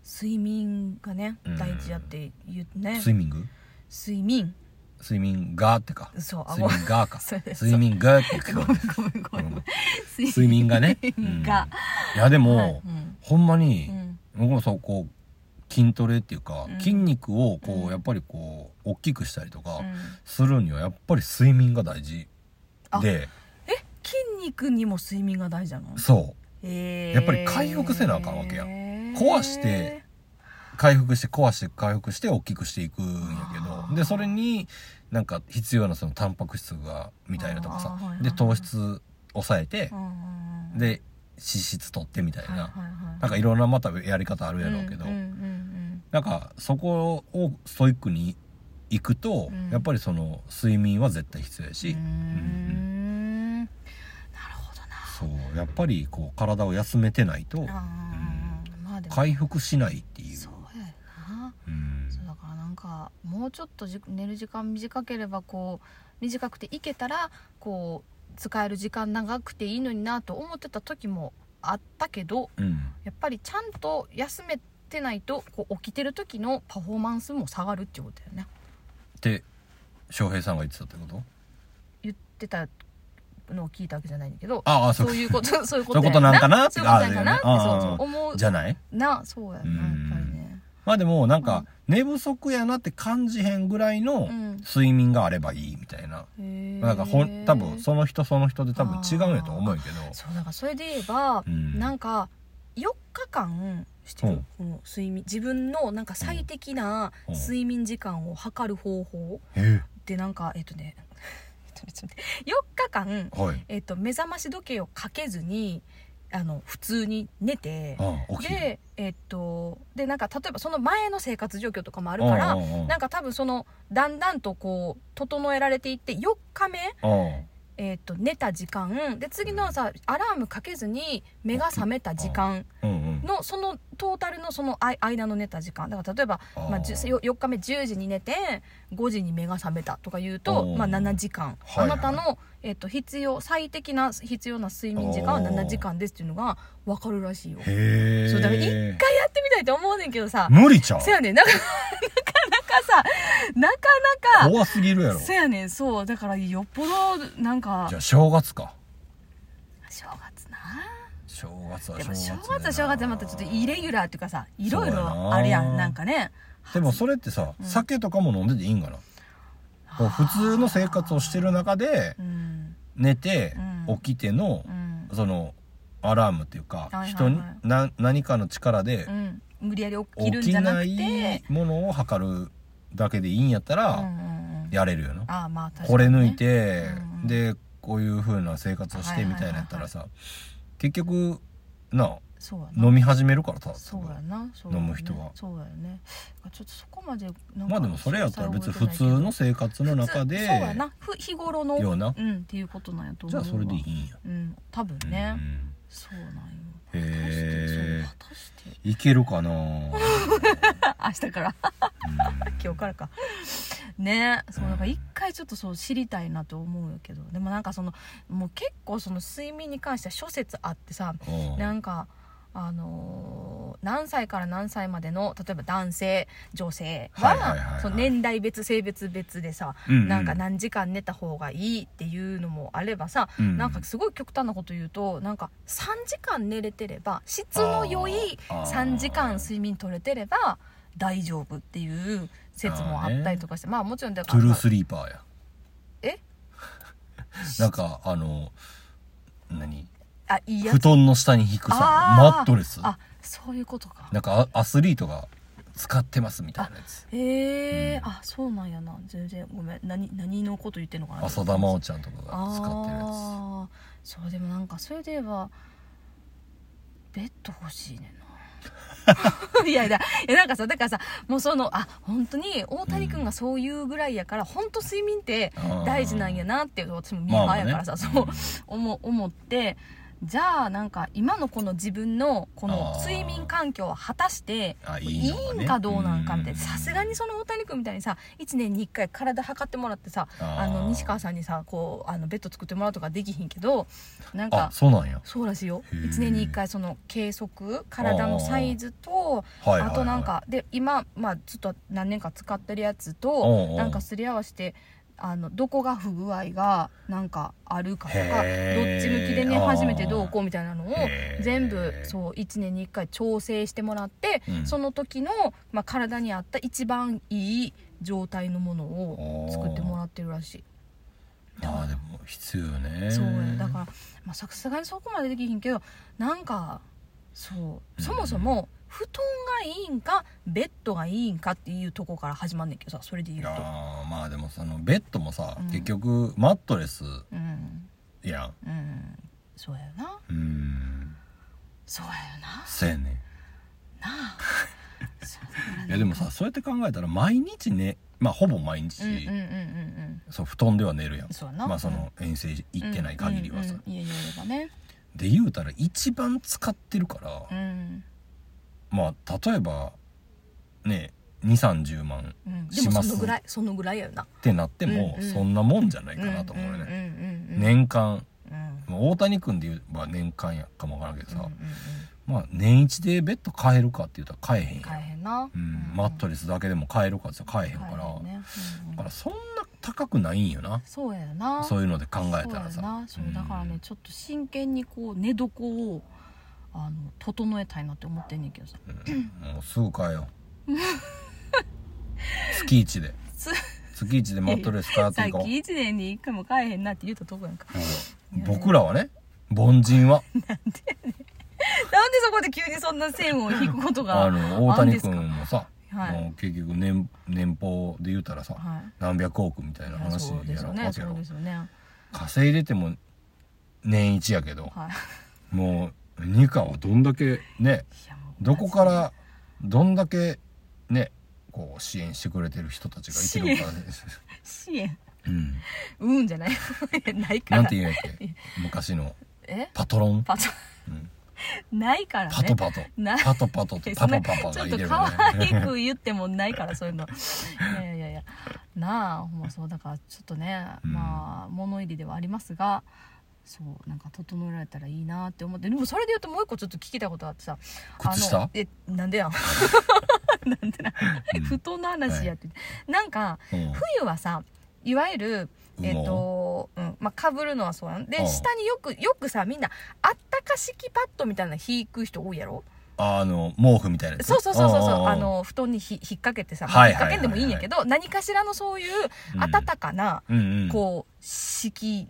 B: 睡眠がね
A: うん
B: 大事やって言うね
A: スイミング
B: 睡眠
A: スイミンガーってか
B: そうあ
A: スイミンガーか
B: そうで
A: ス
B: す
A: イミンガーって聞
B: ご
A: こ
B: めん
A: える
B: ごめんごめんごめん
A: 睡眠がね、
B: 睡
A: うん
B: 眠
A: い
B: が
A: やでも、
B: はいうん
A: ほんまに、
B: うん
A: 僕もそうこう筋トレっていうか、
B: うん
A: 筋肉をこう、
B: うん
A: やっぱりこう大きくしたりとか
B: うん
A: するにはやっぱり睡眠が大事
B: あ
A: で
B: 筋肉にも睡眠が大事なの
A: そ
B: へー
A: やっぱり回復せなあかんわけや壊してう回復して壊して回復して大きくしていくんや
B: あ
A: けど
B: ー
A: でそれになんか必要なそのタンパク質がみたいなとか
B: あー
A: さ
B: はいはいはい
A: で糖質抑えて
B: う、んうんうん
A: で脂質取ってみたいな、
B: はいはいはい
A: なんかいろんなまたやり方あるやろうけど、
B: うんうんうん
A: なんかそこをストイックに行くと、
B: うん
A: やっぱりその睡眠は絶対必要やし、
B: うーんなるほど
A: そうやっぱりこう体を休めてないと
B: なあーまあでも
A: 回復しないっていう
B: そうやな
A: うん
B: そうだからなんかもうちょっとじ寝る時間短ければこう短くていけたらこう使える時間長くていいのになと思ってた時もあったけど
A: うん
B: やっぱりちゃんと休めてないとこう起きてる時のパフォーマンスも下がるっていうことだよね
A: って翔平さんが言ってたってこと
B: 言ってたのを聞いたわけじゃないんだけど
A: ああそ
B: そうういうこと そういうこ
A: そう
B: と
A: いうことなんかなって
B: そういうことなんかなって
A: ああ
B: そう
A: ああ
B: そう思う
A: じゃない
B: なそうやなやっぱりね
A: まあでもなんか寝不足やなって感じへんぐらいの
B: うん
A: 睡眠があればいいみたいな、
B: へえ
A: なんかほん多分その人その人で多分違うんやと思うけど
B: そうだからそれで言えば
A: う、ん
B: なんか4日間してる、
A: うん
B: この睡眠自分のなんか最適な
A: うんうん
B: 睡眠時間を測る方法
A: え
B: でなんかえっとね ちょっと待って4日間、
A: ーはい
B: えっと、目覚まし時計をかけずにあの普通に寝て
A: ああ起きる
B: でえっとでなんか例えばその前の生活状況とかもあるから
A: うんうんうん
B: なんか多分そのだんだんとこう整えられていって4日目
A: うん
B: えー、と寝た時間で次のさアラームかけずに目が覚めた時間
A: うんうん
B: のそのトータルのそのあい間の寝た時間だから例えば、
A: あー
B: まあ、じゅよ4日目10時に寝て5時に目が覚めたとか言う
A: お
B: と、
A: ー
B: まあ、7時間、
A: はいはい
B: あなたの、えー、と必要最適な必要な睡眠時間は7時間ですっていうのが分かるらしいよ。
A: へえ
B: そうだから一回やってみたいと思うねんけどさ
A: 無理ちゃう
B: せやねんなかなかなかさなかなか
A: 怖すぎるやろ
B: せやねんそうだからよっぽどなんか
A: じゃあ正月か
B: 正月な
A: 正月は
B: で
A: 正
B: も
A: 月
B: 正
A: だよ
B: 月
A: な
B: は正月でまたちょっとイレギュラーっていうかさいろい
A: そうや
B: ろ
A: な
B: あるやんなんかね
A: でもそれってさ、
B: うん
A: 酒とかも飲んでていいんかなこう普通の生活をしてる中で
B: うん
A: 寝て
B: うん
A: 起きての
B: う、ん、
A: そのアラームっていうか、
B: いはいはい
A: 人にな何かの力で
B: うん、無理やり起き
A: 起
B: るんじ
A: き
B: ゃな
A: な
B: くて
A: いものを測るだけでいいんやった
B: うん
A: ら
B: うんうん
A: やれるよな、
B: ああまあ確かに、ね、
A: これ抜いて、
B: うん
A: でこういう風な生活をしてみたいなやったらさ、結局な
B: そうやな
A: 飲み始めるからさ
B: そうやなそうやね
A: 飲む人は
B: そうやねちょっとそこまでなんか
A: まあでもそれやったら別に
B: 詳細
A: 普通
B: は覚えてないけど
A: の生活の中で
B: 普通そうやなふ日頃の
A: ような
B: うんっていうことなんやと思
A: じゃ
B: う
A: あ
B: わ
A: それでいいんや、
B: うん多分ね、
A: うん
B: そうなんよ
A: へえ
B: 果たしてそう果たして
A: いけるかなうん
B: 明日から今日からかねそうだから一回ちょっとそう知りたいなと思うけどでもなんかそのもう結構その睡眠に関しては諸説あってさ
A: うん
B: なんかあのー何歳から何歳までの例えば男性女性は,、
A: はいはいはいはい
B: その年代別性別別でさ、
A: うんうん
B: なんか何時間寝た方がいいっていうのもあればさ、
A: うん
B: なんかすごい極端なこと言うとなんか3時間寝れてれば質の良い
A: あー
B: 3時間睡眠取れてれば大丈夫っていう説もあったりとかしてまあもちろんだ
A: ト
B: か
A: ゥルー
B: ら
A: スリーパーや
B: え
A: なんかあの何
B: あいいや
A: 布
B: つ
A: 団の下に引くさ
B: あー
A: マットレス
B: あそういうことか
A: なんかあアスリートが使ってますみたいなやつ
B: へえ、
A: うん
B: あそうなんやな全然ごめん何何のこと言ってんのかな
A: 浅田真央ちゃんとかが使ってるやつ
B: あーそうでもなんかそれで言えばベッド欲しいねんな いやいやいやなんかさだからさもうそのあ本当に大谷君がそういうぐらいやから、本当睡眠って大事なんやなっていうのを私も見え
A: まあ
B: や
A: ね
B: からさ、そう思思ってじゃあなんか今のこの自分のこの
A: あー
B: 睡眠環境は果たして
A: あ
B: い
A: いい
B: い
A: のがね
B: んかどうなんかみたいな
A: うん
B: さすがにその大谷君みたいにさ1年に1回体測ってもらってさあ
A: あ
B: の
A: ー
B: 西川さんにさこうあのベッド作ってもらうとかできひんけどなん
A: あ
B: か
A: そうなんや
B: そうらしいよ
A: へー
B: 1年に1回その計測体のサイズと
A: はいはい、はい、
B: あとなんかで今、まあ、ずっと何年か使ってるやつ
A: おうお
B: と
A: う
B: なんかすり合わせてあのどこが不具合がなんかあるかとかどっ
A: へー
B: ち向きで寝始めてどうこうみたいなのを
A: へー
B: 全部そう1年に1回調整してもらって、
A: うん
B: その時の、まあ、体に合った一番いい状態のものを作ってもらってるらしい。
A: ああでも必要よね
B: そうやだから、まあ、さすがにそこまでできひんけどなんかそうそもそも布団がいいんかベッドがいいんかっていうとこから始まんねんけどさそれで言うと
A: あーまあでもそのベッドもさ、
B: うん
A: 結局マットレス
B: うん
A: や
B: うんそうやよなん
A: うん
B: そうやよな
A: そうやね
B: なあそうだか ら
A: いやでもさそうやって考えたら毎日ねまあほぼ毎日、
B: うんうんうんうんうん
A: そう布団では寝るやん
B: そうやな
A: まあその遠征行ってない限りはさ、
B: うんうんうん家にいればね
A: で言うたら一番使ってるから、
B: うん
A: まあ例えばね2 3 0万
B: うんで
A: し
B: も
A: ます
B: その
A: っ
B: ぐらいそのぐらいやよな
A: てなっても、
B: うんうん
A: そんなもんじゃないかなと思うよね、
B: ね
A: 年間
B: うん
A: まあ大谷君で言えば年間やかもわからんけどさ、
B: うんうん
A: まあ年一でベッド変えるかって言ったら変えへん
B: う
A: や
B: ん
A: ん
B: 大変な
A: うん、マットレスだけでも変えるかって言ったら変えへん
B: 変
A: か
B: え
A: ら、
B: へんねうんうん
A: だからそんな高くないんよな
B: そうやな
A: そういうので考えたら
B: そうや
A: さ
B: なそうだからね、ちょっと真剣にこう寝床をあの整えたいなって思ってんねんけどさ
A: うんもうすぐ変え よう月一です月一でマットレス変えて
B: さっ
A: い
B: き
A: こう
B: 1年に1回も買えへんなって言うたとこやんか
A: うん僕らはね凡人 は
B: なんでそこで急にそんな線を引くこと が
A: あの大
B: あん
A: 谷
B: ですか
A: 君もさ、
B: はい
A: もう結局年年俸で言うたらさ、
B: は
A: 何百億みたい
B: い
A: ない
B: や
A: 話
B: そうで
A: や
B: す
A: ろ
B: よ
A: うわ
B: ね
A: け
B: そ
A: やろ
B: うですよね
A: 稼いでても年一やけど、
B: はい
A: もう二課はどんだけね
B: いやもう
A: どこからどんだけねこう支援してくれてる人たちがいてるのか、ね、
B: 支援
A: うん
B: うんじゃない ないか
A: な
B: ら
A: んて言うんやっけ昔の
B: え
A: パトロン、
B: パト
A: うん
B: ないからね
A: パトパト
B: な
A: パトパトとパパパパ
B: ち
A: が
B: ょっ
A: い
B: と
A: てる
B: 可
A: よ
B: 愛
A: ね
B: く言ってもないからそういうのいやいやいやなあほんまそうだからちょっとね、
A: うん
B: まあ物入りではありますがそうなんか整えられたらいいなって思ってでもそれで言うともう一個ちょっと聞きたいことあってさ
A: 靴
B: あ
A: 下
B: のえなん でやんなんでなん
A: うん
B: 布団の話やって、なんか
A: うん
B: 冬はさいわゆるえっと、うん、まあ、かぶるのはそうやん。で、
A: うん
B: 下によく、よくさ、みんな、あったか敷きパッドみたいなの引く人多いやろ
A: あの毛布みたいなやつ
B: そうそうそうそうそ
A: んん
B: うんあの布団にひ引っ掛けてさ、
A: はい
B: 引っ
A: はいはい
B: 掛けんでもいいんやけど何かしらのそういう
A: うん
B: 温かな、
A: うんうん
B: こう敷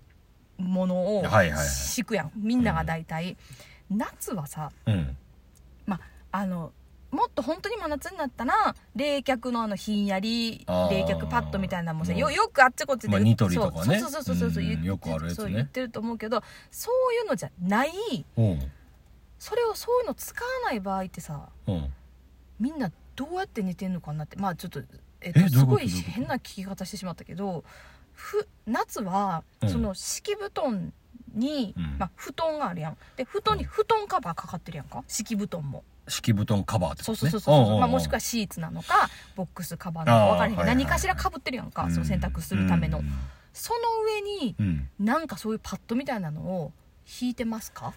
B: 物を
A: はいはいはい
B: 敷くやんみんなが大体、夏はさ
A: うん
B: あのもっと本当に真夏になったら冷却のあのひんやり
A: あー
B: 冷却パッドみたいなのもさ
A: うん
B: よよくあっちこっちで、
A: まあニトリとかね
B: そうそうそうそうそう
A: うん
B: 言って
A: よくあるやつね
B: そう言ってると思うけどそういうのじゃない
A: うん
B: それをそういうの使わない場合ってさ
A: うん
B: みんなどうやって寝てんのかなってまあちょっと、えっと
A: えどうい
B: す
A: うこと
B: ご
A: ど
B: い
A: ういうこと
B: 変な聞き方してしまったけどふ夏は
A: うん
B: その敷布団に、
A: うん
B: まあ、布団があるやんで布団に布団カバーかかってるやんか敷布団も
A: 敷布団カバーって
B: そ
A: こと
B: うそう
A: ね
B: そうそう,、まあ、もしくは
A: は
B: シーツなのかボックスカバーなのか分からへんけど
A: あーはいはいはい
B: 何かしらかぶってるやんか、その洗濯するための、その上に
A: うんうん
B: なんかそういうパッドみたいなのを引いてますか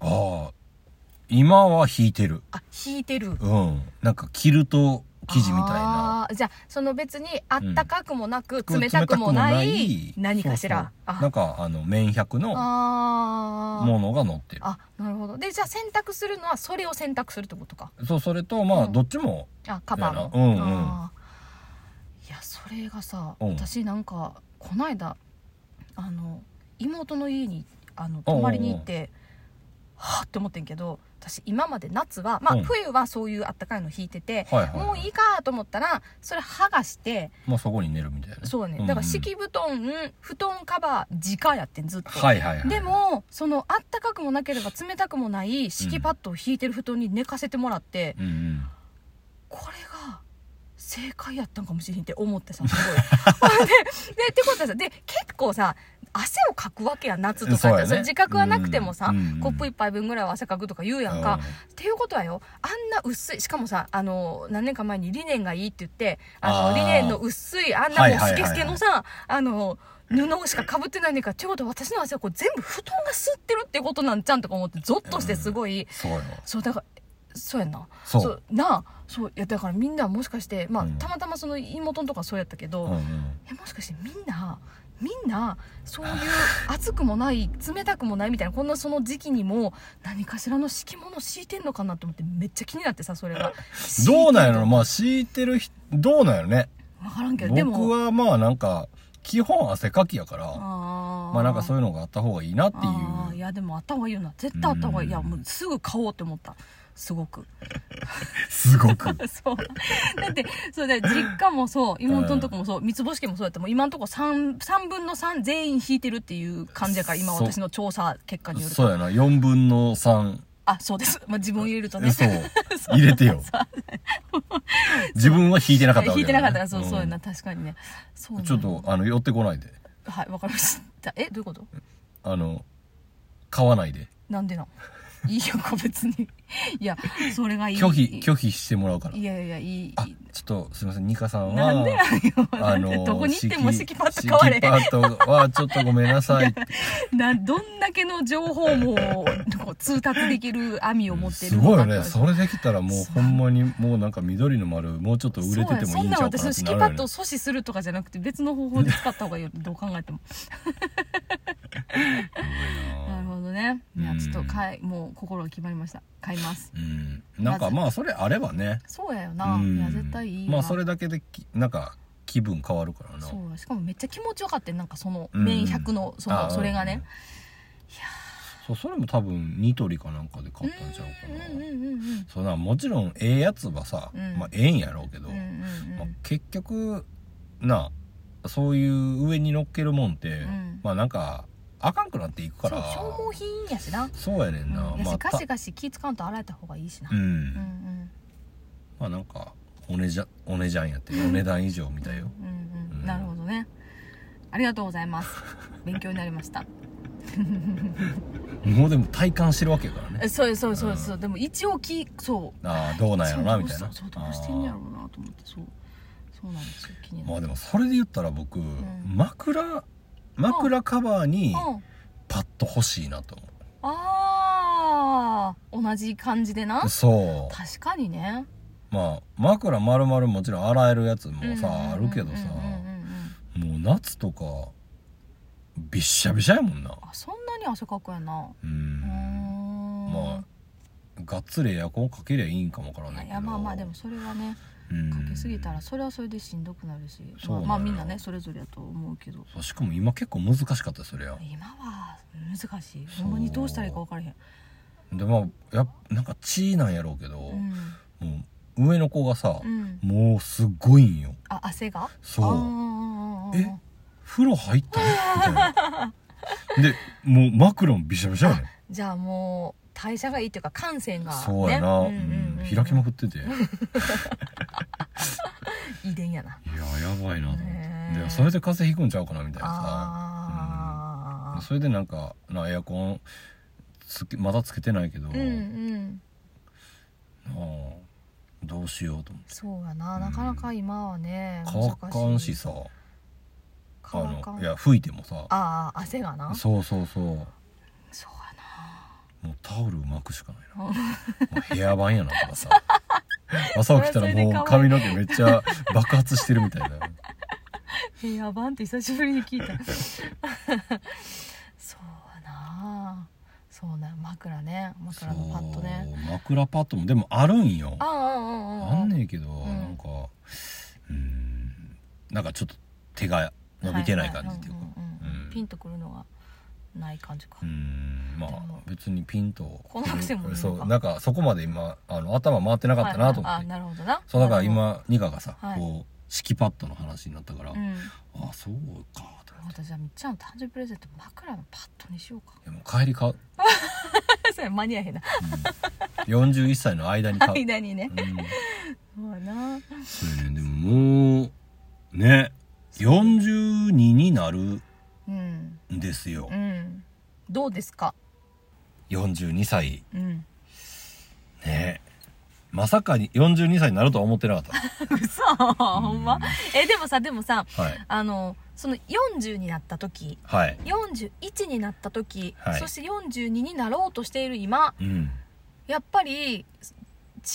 A: ああ今は引いてる
B: あ引いてる
A: うんなんかキルト生地みたいな
B: あーじゃあその別にあったかくもなく、
A: うん
B: 冷たくもな
A: 冷
B: い
A: たくもない
B: 何かしら
A: そうなんかあの綿100の
B: ああー
A: ものが乗ってる
B: あなるほどでじゃあ洗濯するのはそれを洗濯するってことか
A: そうそれとまあ
B: うん
A: どっちも
B: あカバーも、
A: うんうん
B: あーいやそれがさ、
A: うん
B: 私なんかこないだあの妹の家にあの泊まりに行って、はあって思ってんけど私今まで夏はまあ、
A: うん
B: 冬はそういうあったかいの引いてて、
A: はいはい
B: もういいかと思ったらそれ剥がして
A: まあそこに寝るみたいな
B: そうね
A: ん
B: だから敷布団、布団カバー直やってんずっと、
A: はいはいはい
B: でもそのあったかくもなければ冷たくもない敷きパッドを敷いてる布団に寝かせてもらって、
A: うんうん
B: これが正解やったんかもしれんって思ってさすご いほんででってことはさで結構さ汗をかくわけやん夏とかって
A: そうやね
B: れ自覚はなくてもさ、
A: うんうんうん
B: コップ一杯分ぐらいは汗かくとか言うやんか、っていうことはよあんな薄いしかもさあの何年か前にリネンがいいって言ってあの
A: あー
B: リネンの薄いあんな
A: はい
B: もう
A: はいはいはい
B: スケスケのさあの布しかかぶってないねんからっていうことは私の汗はこう全部布団が吸ってるってことなんちゃうんとか思ってゾッとしてすごい、
A: そうよ
B: そうだからそうやんな
A: そう
B: なあそういやだからみんなもしかしてまあ、
A: うん
B: たまたまその妹のとかそうやったけど、
A: うんうん
B: えもしかしてみんなみんなそういう暑くもない冷たくもないみたいなこんなその時期にも何かしらの敷物を敷いてんのかなと思ってめっちゃ気になってさそれ が
A: どうなんやろ
B: わ
A: まあ敷いてる人どうなんやろね
B: からんけどでも
A: 僕はまあなんか基本汗かきやから
B: あー
A: まあなんかそういうのがあった方がいいなって
B: あー
A: い
B: いうやでもあった方がいいよな絶対あった方がいい、
A: うん
B: いやもうすぐ買おうって思ったすごく
A: すごく
B: そうだってそうだ実家もそう妹のとこもそう三つ星家もそうやったもう今のところ 3, 三分の3全員引いてるっていう感じやから今
A: そう
B: 私の調査結果によると
A: そうやな4分の3
B: あそうです、まあ、自分を入れるとね
A: そう入れてよ自分は引いてなかったわ
B: 弾
A: け
B: い
A: だ
B: て
A: よね
B: なかったなそうそうや
A: う
B: な確かにねそうなんの
A: ちょっと、あの、寄ってこないで。
B: はいわかりましたえどういうこと
A: あの、買わないで。
B: なんでなんいいよ別にいやそれがいい
A: 拒否、拒否してもらうから
B: い。やいやいい
A: あ、ちょっと、すみません、ニカさんは。
B: なんでやよなんで どこに行っても敷きパッと変われへん
A: 敷きパッドは、ちょっとごめんなさい。
B: などんだけの情報もこう通達できる網を持ってる
A: すごいよ
B: だ
A: ね。
B: った
A: それできたらもうほんまにもうなんか緑の丸、もうちょっと売れててもいいんちゃうかなってなるよね。
B: そうやそんな私の敷きパッドを阻止するとかじゃなくて別の方法で使った方がいいよどう考えてもなるほどねいや
A: うん
B: ちょっと買いもう心が決まりました買います
A: うん。なんかまあそれあればね。
B: そうやよ
A: う
B: な、
A: ん
B: いや絶対いいわ
A: まあそれだけでき、なんか気分変わるからな。
B: そうやしかもめっちゃ気持ちよかったよなんかその
A: うん
B: 面100のそ
A: あ
B: のそれがね。
A: そう、それも多分ニトリかなんかで買ったんちゃうかな。
B: うんうんうんうん
A: そうな、もちろんええやつはさ、
B: うん
A: まあええんやろうけど、
B: うんうん
A: まあ、結局なそういう上に乗っけるもんって、
B: ん
A: まあなんかあかんくなっていくか
B: そう
A: ら
B: 消耗品やしな
A: そうやねんな、
B: うん、や
A: ま
B: し
A: あ
B: ガシ
A: た
B: ガシ気使わんと洗えた方がいいしな、
A: うん、
B: うんうん
A: まあなんかおねじゃおねじゃんやってお値段以上みたいよ
B: うん
A: う
B: うんん、なるほどねありがとうございます勉強になりました
A: もうでも体感してるわけやから
B: え
A: ね
B: そうそうそうそう、でも一応きそう
A: ああどうなんやろな
B: そう
A: みたいな
B: そうそうどうしてんやろ
A: あ
B: うなと思ってそうそうなんですよ気に
A: ー
B: な
A: まあ
B: る
A: でもそれで言ったら僕、
B: ん
A: 枕枕カバーに
B: うん
A: パッと欲しいなと思
B: あー同じ感じでな
A: うそう
B: 確かにね
A: まあ枕丸々もちろん洗えるやつも
B: うんうんうん
A: さあるけどさ、
B: うんうんうんうん
A: もう夏とかびっしゃびしゃやもんな
B: あそんなに汗かくやな
A: う
B: うー
A: ん
B: ん
A: まあがっつりエアコンかけりゃいいんかもわからないけ
B: い
A: ど
B: やまあまあでもそれはね
A: うん
B: かけすぎたらそれはそれでしんどくなるし、
A: そうなの
B: まあ、
A: よ
B: まあみんなねそれぞれやと思うけど
A: そうしかも今結構難しかったそれや
B: 今は難しい
A: そう
B: ほんまにどうしたらいいか分からへん、
A: でまあやっなんか血なんやろうけど、
B: うん
A: もう上の子がさ
B: う、ん、
A: もうすごいんよ
B: あ汗が
A: そう
B: あー
A: え風呂入ったみたいなでもう枕もびしゃびしゃやね
B: じゃあもう代謝がいいっていうか汗腺が、ね、
A: そうやな、
B: んうんうん
A: うん開きまく ってて
B: 遺伝やない
A: ややばいなと思って
B: ねえ
A: でそれで風邪ひくんちゃうかなみたいなさ
B: ああ
A: それでなんかなエアコンつけまだつけてないけど、
B: うんうん
A: なあどうしようと思
B: そうやななかなか今はね
A: って乾かんしさあ
B: 乾か
A: の
B: ん
A: いや吹いてもさ
B: ああ汗がな
A: そうそうそうも
B: そうや
A: うタオル巻くしかないな
B: うん
A: もうヘアバンやなとかさ朝起きたらもう
B: それ
A: 髪の毛めっちゃ爆発してるみたいな
B: なヘアバンって久しぶりに聞いた そうやなそうな枕ね
A: そ
B: 枕
A: う
B: のパッドね
A: 枕パッドもでもあるんよ
B: ああうんうんうん
A: あんねんけど、
B: ん
A: なんかうんなんかちょっと手が伸びてない感じっていうか、
B: ははうんうん
A: うん
B: ピンとくるのがない感じか、
A: うんまあ
B: でも
A: 別にピンと
B: 来なくてもいいのか
A: そうなんかそこまで今あの頭回ってなかったなと思って、
B: はいはいあなるほどな
A: そうだから
B: なる
A: 今ニカがさ、
B: はい
A: こう敷きパッドの話になったから、
B: ほどうん
A: あそうかと思って
B: 私じゃあみっちゃんの誕生日プレゼント枕のパッドにしようか
A: いやもう帰り買う、
B: それ間に合えへんな
A: うん、41歳の間に買う、
B: 間にね
A: うん、
B: そうやな
A: そうやねでももうね42になるん
B: うん
A: ですよ
B: うんどうですか
A: 42歳
B: うん
A: ねまさかに42歳になるとは思ってなかっ
B: 嘘ほんまえでもさでもさ
A: たはい
B: あのその40になった時
A: はい
B: 41になった時、
A: はい
B: そして42になろうとしている今
A: うん
B: やっぱり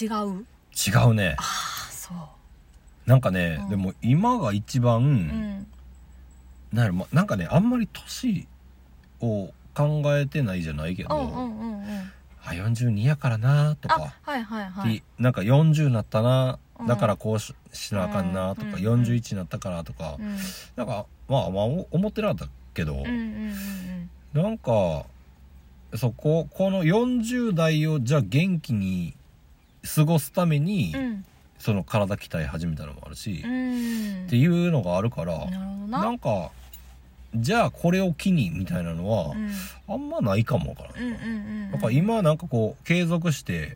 B: 違う
A: 違うね
B: あそう
A: なんかね、
B: うん
A: でも今が一番、
B: うん
A: なんやろまなんかねあんまり年を考えてないじゃないけ
B: う
A: ど、
B: んうんうんうん
A: あ42やからなと
B: あ
A: か、
B: はいはいは
A: で
B: い
A: なんか40になったな
B: うん
A: だからこうし,、なあかんなとか、
B: うんうんうん
A: 41になったからとか、
B: うん
A: なんかまあまあお思ってなかったけど、
B: うんうんうん
A: なんかそここの40代をじゃあ元気に過ごすために、
B: うん
A: その体鍛え始めたのもあるし、
B: う
A: っ
B: ん
A: ていうのがあるから、
B: なるほどな
A: なんかじゃあこれを機にみたいなのは、
B: うん
A: あんまないかもわから
B: うん
A: ない
B: うんうんうん
A: やっぱ今なんかこう継続して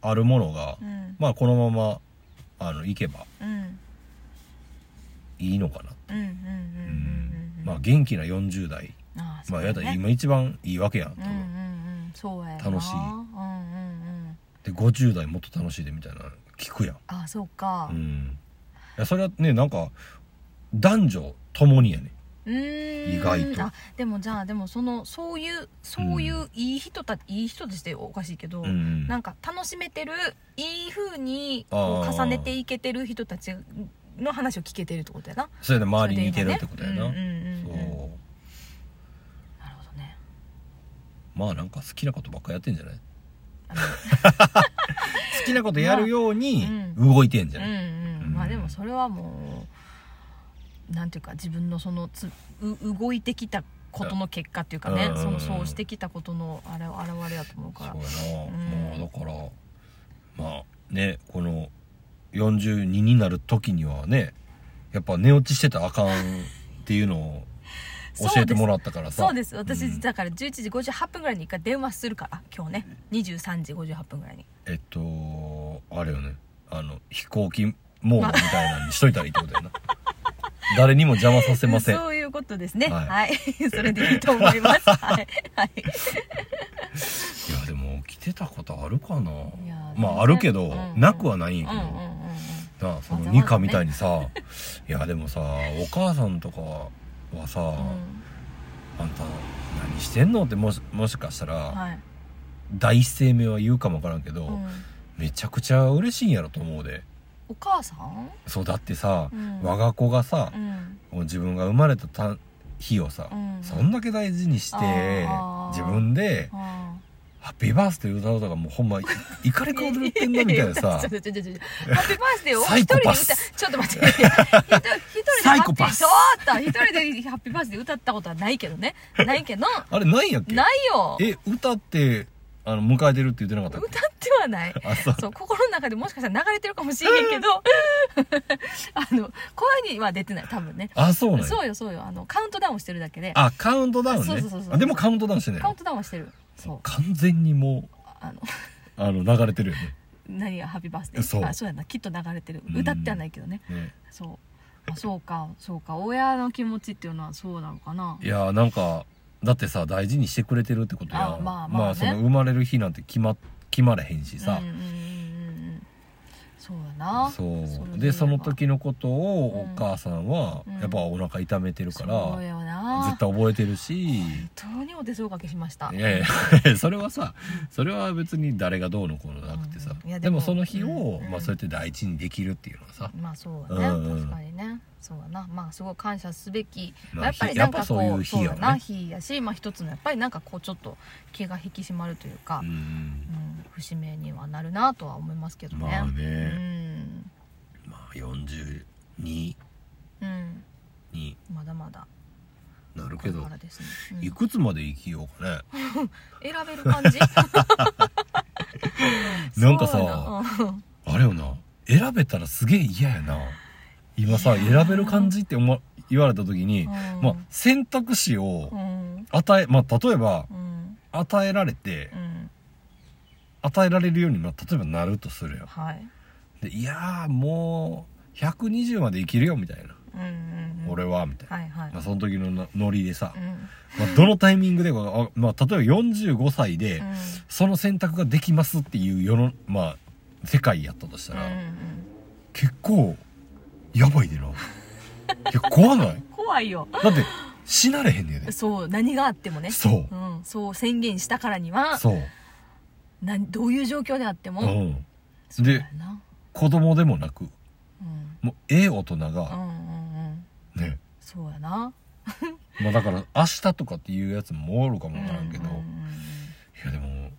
A: あるものが、
B: うん
A: まあこのままあの行けば
B: うんうん
A: いいのかな
B: うんうんうんうんうん
A: まあ元気な40代
B: あ
A: まあやだ
B: 今
A: 今一番いいわけやん多
B: うんうんう
A: 分
B: んそうやな
A: 楽しい
B: うんうんうん
A: で50代もっと楽しいでみたいなの聞くやん
B: あそうか
A: うんいやそれはねなんか男女ともにやね
B: うーん
A: 意外と
B: あでもじゃあでもそのそういうそういういい人たいい人としておかしいけど、
A: うん
B: なんか楽しめてるいい風に
A: あ
B: こ
A: ー
B: う重ねていけてる人たちの話を聞けてるってことやな
A: そうやね周りにいてるってことやな
B: それでいいんだねうんうんうんう
A: そ
B: ん
A: う
B: なるほどね
A: まあなんか好きなことばっかやってんじゃない
B: あの
A: 好きなことやるように
B: ま
A: 動いてんじゃ
B: う
A: ない、
B: んうん、まあでもそれはもうなんていうか自分のそのつう動いてきたことの結果っていうかね、
A: うん
B: そのそうしてきたことのあれ現れやと思うから
A: そうやな、
B: うん
A: まあだからまあねこの42になる時にはねやっぱ寝落ちしてたらあかんっていうのを教えてもらったからさ
B: そうです私、
A: うん
B: だから11時58分ぐらいに一回電話するから今日ね23時58分ぐらいに
A: えっとあれよねあの飛行機モードみたいなのにしといたらいいってことやな誰にも邪魔させません
B: そういうことですね
A: は
B: はいい、 それでいいと思 いますはい、はい、
A: いやでも起きてたことあるかない
B: や
A: まああるけど、
B: うんうん
A: なくはないんや
B: う
A: け
B: ん
A: ど、
B: うんうんうん
A: なあそ
B: わざわ
A: の
B: ざ
A: ニカみたいにさ、いやでもさお母さんとかはさ、
B: う
A: あんた何してんのってもしもしかしたら、
B: んはい
A: 第一声明は言うかもわからんけど、
B: うん
A: めちゃくちゃ嬉しいんやろと思うで
B: お母さん
A: そうだってさ、
B: うん
A: 我が子がさ
B: う、ん
A: もう自分が生まれたた日をさ、
B: うん
A: そんだけ大事にして
B: あー
A: 自分で
B: あ
A: 「ハッピーバースデー」歌うとかもうほんまい怒り狂ってんなみたいなさ
B: ちょちょちょちょちょハッピーバースデーを
A: サイ
B: 一
A: コ
B: 人で
A: パ
B: 歌
A: ス
B: ちょっと待って 一人一人で
A: サイ
B: ハ
A: コ
B: ッピ
A: パ
B: ー
A: ス
B: そうだ一人でハッピーバースデー歌ったことはないけど ねないけど
A: あれないんやっけ
B: ないよ
A: え歌ってあの迎えてるって言ってなかった
B: 歌
A: っ
B: っ
A: け
B: てはない
A: あそう
B: そう心の中でもしかしたら流れてるかもしれへんけ どあの声には出てない多分ね
A: あそうなんや
B: そうよそうよあのカウントダウンしてるだけで
A: あカウントダウンね
B: そうそうそうそう
A: あでもカウントダウンしてない
B: カウン
A: の
B: トダウンはしてるそう
A: 完全にもう
B: あの
A: あの流れてるよね
B: 何がハッピーバースデー
A: そう
B: あそうやなきっと流れてる
A: うん
B: 歌ってはないけどね
A: ね
B: そうあそうかそうか親の気持ちっていうのはそうなのかない
A: やーなんかだってさ大事にしてくれてるってことや
B: あまあまあね
A: その生まれる日なんて決ま決まれへんしさ
B: うん、うんうんうんうんそうやな
A: そう
B: それで言えば
A: でその時のことをお
B: うん
A: 母さんは
B: うん
A: やっぱお腹痛めてるから、
B: そうよな
A: 絶対覚えてるし
B: 本当にお手数をおかけしました
A: いやいや それはさそれは別に誰がどうのこうのなくてさ、
B: うんいや
A: で
B: で
A: も
B: も
A: その日を、
B: うん
A: まあ、そうやって大事にできるっていうのはさ、
B: まあそうやね、
A: うんうん
B: 確かにねそうやなまあすごい感謝すべき、
A: まあ
B: まあ、やっぱりなんかこう
A: やっぱそういう日やね
B: そうやな日やし、まあ、一つのやっぱりなんかこうちょっと気が引き締まるというか、
A: う
B: うん
A: ん
B: 節目にはなるなとは思いますけどね,、
A: まあね
B: うん、
A: まあ、42
B: うん、
A: に
B: まだまだ
A: なる
B: こ
A: け
B: れ
A: ど
B: からですね、うん
A: いくつまで生きようかね
B: 選べ る感じ
A: なんかさ
B: そうやなうん
A: あれよな選べたらすげえ嫌やな今さ選べる感じって思わ言われた時に、
B: うん
A: まあ、選択肢を
B: うん
A: 与え、まあ、例えば
B: うん
A: 与えられて
B: うん
A: 与えられるようにな例えばなるとするよ
B: はい
A: でいやーもう120まで生きるよみたいな、
B: うんうんうん
A: 俺はみたいな、
B: はいはい
A: まあ、その時のなノリでさ、
B: うん
A: まあ、どのタイミングであ、まあ、例えば45歳で、
B: うん
A: その選択ができますっていう世のまあ世界やったとしたら、
B: うんうん
A: 結構やばい でないや怖ない
B: 怖いよ
A: だって死なれへんねんで
B: そう何があってもね
A: そう
B: う、ん、そう宣言したからには
A: そう
B: 何どういう状況であって
A: う
B: も、
A: ん
B: そうだよな
A: 子供でもなく
B: うん
A: もうええ大人
B: う
A: が、
B: んうんうん
A: ね
B: そうやな
A: まあだから明日とかっていうやつもおるかもわからんけど、
B: うんう
A: い
B: んう
A: や
B: ん
A: でも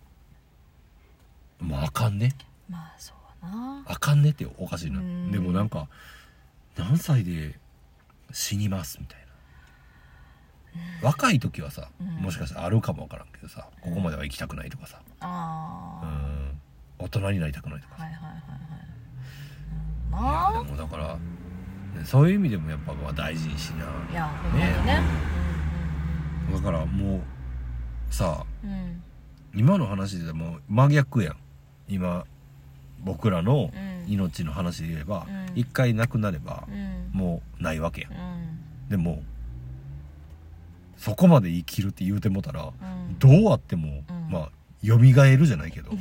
A: まああかんね
B: まあそうやな
A: あかんねっておかしいな、
B: うん
A: でもなんか何歳で死にますみたいな若い時はさ、
B: うん
A: もしかしたらあるかもわからんけどさここまでは行きたくないとかさ、
B: あ
A: う
B: あ、
A: ん、大人になりたくないとかさ
B: はいはいはい
A: い
B: はい
A: や
B: な
A: でもだから、ねそういう意味でもやっぱまあ大事にしな
B: あいやほんまにね
A: だからもうさ
B: うんうんうん
A: 今の話でもう真逆やん今僕らの
B: うんうんうん
A: 命の話で言えば
B: うん
A: 一、回なくなれば
B: うん
A: もうないわけやん
B: うん
A: でもそこまで生きるって言うてもたら
B: うん
A: どうあっても、
B: うん
A: まあ蘇るじゃない けど、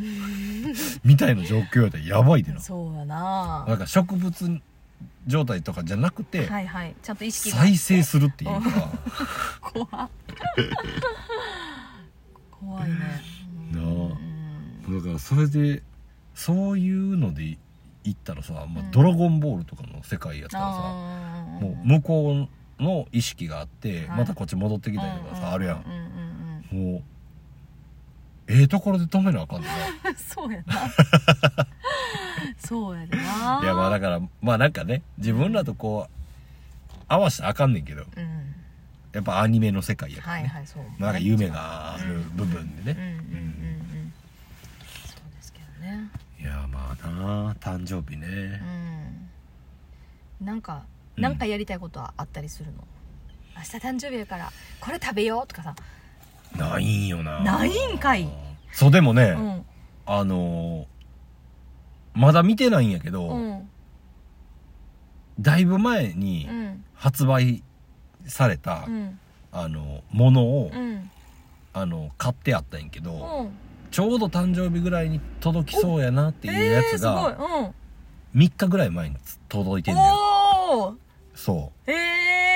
A: みたいな状況やったらやばいでな
B: そうやな
A: なんか植物状態とかじゃなくて、
B: はいはいちゃんと意識が
A: 再生するっていうか、
B: 怖っ怖いね
A: なあ
B: うん
A: だからそれでそういうので言ったらさ、まあ
B: うん
A: ドラゴンボール」とかの世界やったらさ、
B: あー
A: もう向こうの意識があって、
B: はい
A: またこっち戻ってきたりとかさ、あるや、
B: うんんうん
A: もうええところで止めなあかんねんな
B: うん そうや なそうやでない
A: やまあだからまあなんかね自分らとこう合わせたらあかんねんけど
B: うん
A: やっぱアニメの世界やから
B: は
A: ね、
B: いはいそう
A: まあなんか夢がある部分で
B: う
A: ね、
B: んうんうんうんそうですけどね
A: いやまあなあ誕生日ね
B: うんなんか
A: うん
B: なんかやりたいことはあったりするの、明日誕生日だからこれ食べようとかさ
A: ないんよな
B: ないんかい
A: そうでもね、
B: うん
A: あのーまだ見てないんやけど、
B: うん
A: だいぶ前に
B: うん
A: 発売された、
B: うん
A: あのものを、
B: うん
A: あの買ってあったんやけど、
B: うん
A: ちょうど誕生日ぐらいに届きそうやなっていうや
B: えー
A: つ
B: すごい
A: が
B: うん
A: 3日ぐらい前に届いてんだよ
B: おお
A: そ
B: え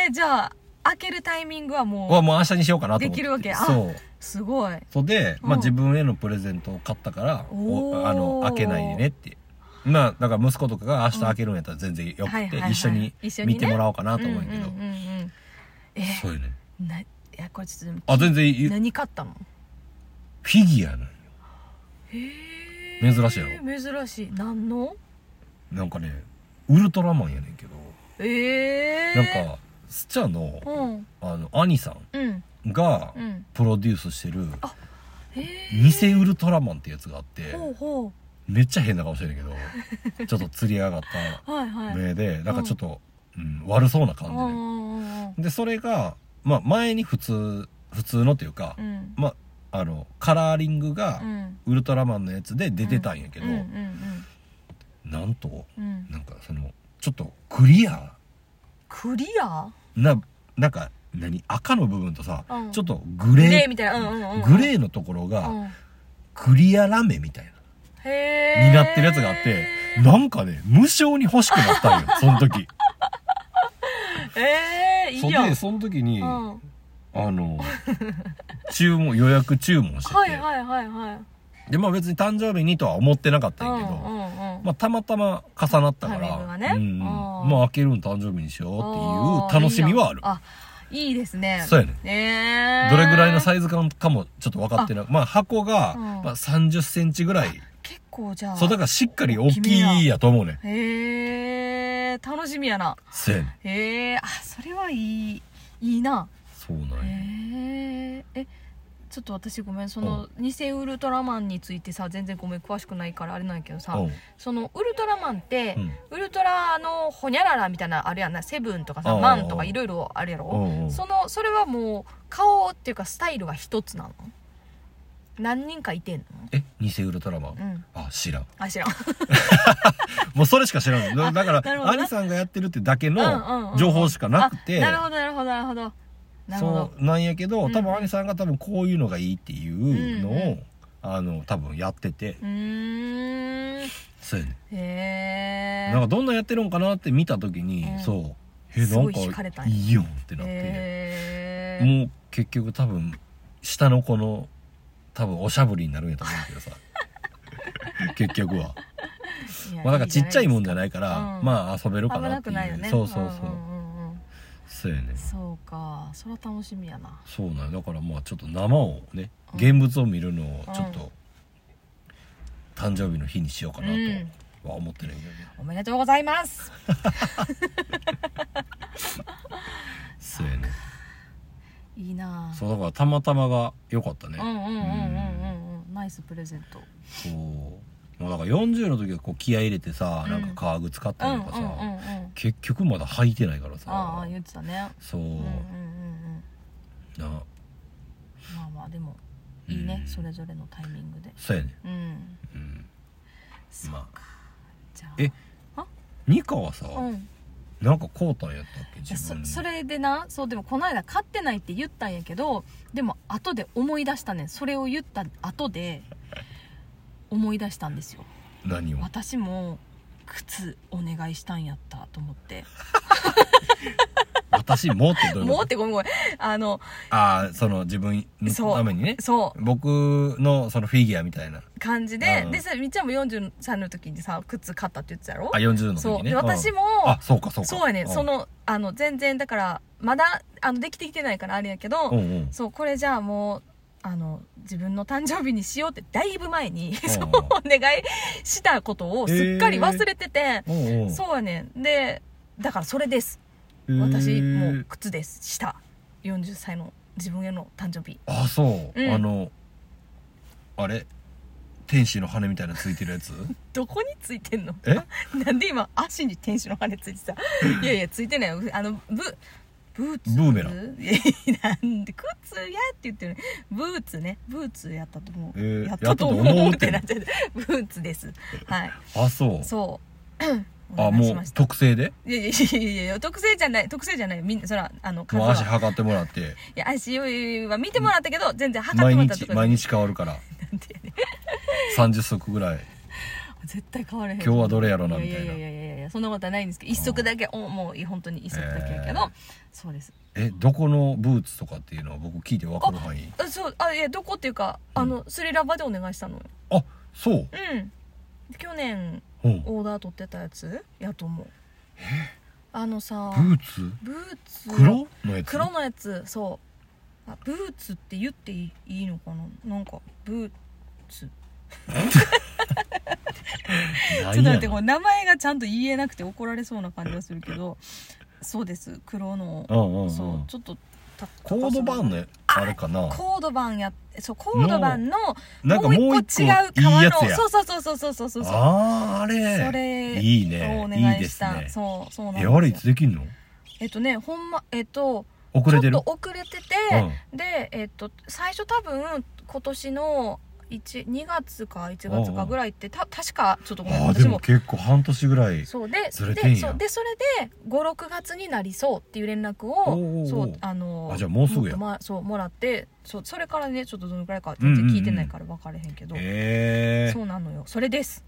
B: ー、じゃあ開けるタイミングは
A: ううわ
B: もう
A: もう明日にしようかなと思って
B: できるわけあ
A: そう
B: すごい
A: そうで、まあ、
B: うん
A: 自分へのプレゼントを買ったから、お
B: おー
A: あの開けないでねってまあだから息子とかが明日開けるんやったら全然よくて、
B: はいはいはい
A: 一緒に
B: 一緒にね
A: 見てもらおうかなと思うんやけど、
B: うんうんうんうんえ
A: そうよね
B: ないやこれちょっと
A: あ全然いい
B: 何買ったの
A: フィギュアなんよ
B: へー
A: 珍しいや
B: 珍しい何の
A: なんかねウルトラマンやねんけど、
B: ええ
A: なんかスチャの
B: うん
A: あの兄さ
B: うん
A: んが
B: うん
A: プロデュースしてる
B: へえ
A: 偽ウルトラマンってやつがあって
B: ほうほ
A: めっちゃ変な顔してるけどちょっと釣り上がっ
B: うはい
A: た
B: はい
A: 目でなんかちょっと、うん悪そうな
B: う
A: 感
B: ん
A: じ
B: う
A: で、
B: んうん
A: でそれが、まあ、前に普通普通のというか、
B: うん
A: まああのカラーリングが
B: うん
A: ウルトラマンのやつで出てたんやけ
B: う
A: ど、
B: んうん
A: なんと
B: うんうん
A: なんかそのちょっとクリア
B: クリア
A: ななんか何赤の部分とさ、
B: うん
A: ちょっとグレー
B: グレーみたいなうんうんうんうん
A: グレーのところが、
B: うん
A: クリアラメみたいな、
B: へえ
A: になってるやつがあってなんかね無償に欲しくなったんよその時
B: ええ いいや
A: そ
B: ん
A: でその時に、
B: うん
A: あの注文予約注文してて、
B: はいはいはいはい
A: でまあ別に誕生日にとは思ってなかったんやけど、
B: うんうんうん
A: まあ、たまたま重なったか
B: タイミング
A: ら、
B: がね
A: うん
B: あー
A: まあ開けるん誕生日にしようっていう楽しみはある
B: ーいいやんあいいですね
A: そうやね
B: ええ
A: どれぐらいのサイズ感かもちょっと分かってないまあ箱が、
B: うん
A: まあ、3 0ンチぐらい
B: 結構じゃあ
A: そうだからしっかり大きいやと思うねん
B: へえ楽しみやな
A: そうやねん
B: へえあそれはいいいいな
A: そうなんや、
B: へええちょっと私ごめんその偽ウルトラマンについてさ全然ごめん詳しくないからあれなんやけどさ
A: うん
B: そのウルトラマンって、
A: うん
B: ウルトラのホニャララみたいなのあるやんなセブンとかさ
A: うん
B: マンとかいろいろあるやろ
A: うんうん
B: そのそれはもう顔っていうかスタイルは一つなの何人かいてんの
A: え偽ウルトラマン、
B: うん
A: あ知らん
B: あ知らん
A: もうそれしか知ら んのだか
B: なるほ
A: ら
B: どね
A: 兄さんがやってるってだけ
B: うんうんう
A: の
B: ん
A: 情報しかなくて、
B: あなるほどなるほどなるほどなるほど
A: そうなんやけど、
B: うん
A: 多分兄さんが多分こういうのがいいっていうのを、
B: うんう
A: あの多分やってて、
B: うーんへ
A: そうやね
B: え
A: なんかどんなんやってるんかなって見た時に、
B: うん
A: そうえ
B: すごい
A: なん
B: 惹かれた
A: か
B: んや
A: いいよってなって、
B: へえ
A: もう結局多分下の子の多分おしゃぶりになるんやと思うけど さ結局は、
B: いや
A: まあ、なんかちっちゃいもんじゃ
B: い
A: ないから
B: うん
A: まあ遊べる
B: じゃ
A: か
B: ないで
A: なっ
B: すか危な
A: て
B: く
A: いう
B: ないよね
A: そうそうそう、
B: んうんうんうん
A: そうやね
B: そうかそれは楽しみやな
A: そうなんやだからまあちょっと生をね
B: うん
A: 現物を見るのをちょっと、誕生日の日にしようかな
B: うん
A: とは思ってないけどね、
B: おめでとうございます
A: そうやね
B: いいな
A: そうだからたまたまが良かったね、
B: うんうんうんうんうんうんナイスプレゼント
A: そうもうだから40の時はこう気合い入れてさ、
B: うん
A: なんか革靴買っ
B: うん
A: た
B: うん
A: り
B: うん
A: と
B: う
A: かさ、
B: ん
A: 結局まだ履いてないからさ
B: ああ言ってたね
A: そう、
B: うんうんうんうん
A: な
B: まあまあでもいいね
A: うん
B: それぞれのタイミングで
A: そうやね
B: うん
A: うん
B: そう
A: まあ
B: ちゃう
A: えニカはさ、
B: うん
A: なんかこうたんやったっけ
B: いや
A: 自
B: そ
A: 分で
B: それでなそうでもこの間買ってないって言ったんやけどでも後で思い出したねんそれを言った後で思い出したんですよ
A: 何を
B: 私も靴お願いしたんやったと思って
A: 私もってどういう
B: もう
A: こ
B: っ
A: と
B: てごめんごめんあの
A: ああその自分の
B: そう
A: ためにね
B: そう
A: 僕のそのフィギュアみたいな
B: 感じで
A: うん
B: でさみっちゃんも43の時にさ靴買ったって言ってたやろ
A: あ40の時
B: そう
A: ね
B: で私も
A: うんあそうかそうか
B: そうやねん
A: ん
B: そのあの全然だからまだあのできてきてないからあれやけど、
A: うんうん
B: そうこれじゃあもうあの自分の誕生日にしようってだいぶ前に
A: うん
B: そうお願いしたことをすっかり忘れてて、
A: うんうん
B: そうやねんでだからそれです
A: へー
B: 私もう靴ですした40歳の自分への誕生日
A: あそう、
B: うん
A: あのあれ天使の羽みたいなのついてるや つ
B: どこについてんの
A: え
B: なんで今足に天使の羽ついてたいやいやついてないよあのブブーツ
A: ブーメラ
B: ンなんで靴やって言ってるねブーツねブーツやったと思う、
A: えー
B: やったと思
A: や
B: う
A: っと思うっ
B: った
A: て
B: てなっちゃってブーツですはい
A: あそう
B: そう
A: あ
B: お願い
A: も
B: し
A: う
B: ました
A: 特製で
B: いやいやいやいやいや特製じゃない特製じゃないみんなそらあの数
A: もう足
B: は
A: 測ってもらって
B: いや足は見てもらったけど全然測って
A: 毎
B: もらったと
A: 日
B: ころ
A: 毎
B: に
A: 日変わるから
B: なんてやね
A: 30足ぐらい
B: 絶対変われへん
A: 今日はどれやろなみたいない
B: やいやいやいやいやそんなことはないんですけど一足だけおもう本当に一足だけやけど、
A: えー
B: そうです
A: えどこのブーツとかっていうのは僕聞いて分かる範囲
B: あそうあいやどこっていうかあの、スリラバでお願いしたの
A: あそう、
B: うん去年
A: うん、ブ
B: オーダー取ってたやつやと思うあのさ
A: ーツ
B: ブーツ
A: 黒のやつ
B: 黒のやつそうあブーツって言っていいいいのかななんかブーツ
A: なんやろ
B: ちょっと待ってこれ名前がちゃんと言えなくて怒られそうな感じがするけどそうです黒の
A: うんうんうん
B: そうちょっとた
A: コードバンのあれかな
B: コード版やそうコード版の
A: なんかもう
B: もう
A: 一
B: 一
A: 個いい
B: 個違
A: や
B: う
A: つ
B: 革
A: や
B: のそうそうそうそうそうそうそうそう
A: あーあれ
B: それ
A: いい
B: そうお
A: ねいい
B: 願い
A: で
B: し
A: す
B: た
A: ね
B: そうそうなんです
A: え
B: よ
A: あれいつできんの
B: えっとねほんまえっと
A: 遅れて
B: ち
A: る
B: ょっと遅れてて、
A: うん
B: で、えっと、最初多分今年の12月か1月かぐらいってた確かちょっとごめん
A: あー
B: 私
A: で
B: も
A: も結構半年ぐらい
B: そうで
A: ずれてん
B: で
A: や
B: そうでそれで56月になりそうっていう連絡
A: おうおうお
B: を
A: う
B: そうあの
A: あじゃあもうすぐや
B: もっと前そうもらってそうそれからねちょっとどのくらいか全然聞いてないから分かれへんけど、
A: ええ
B: そうなのよそれです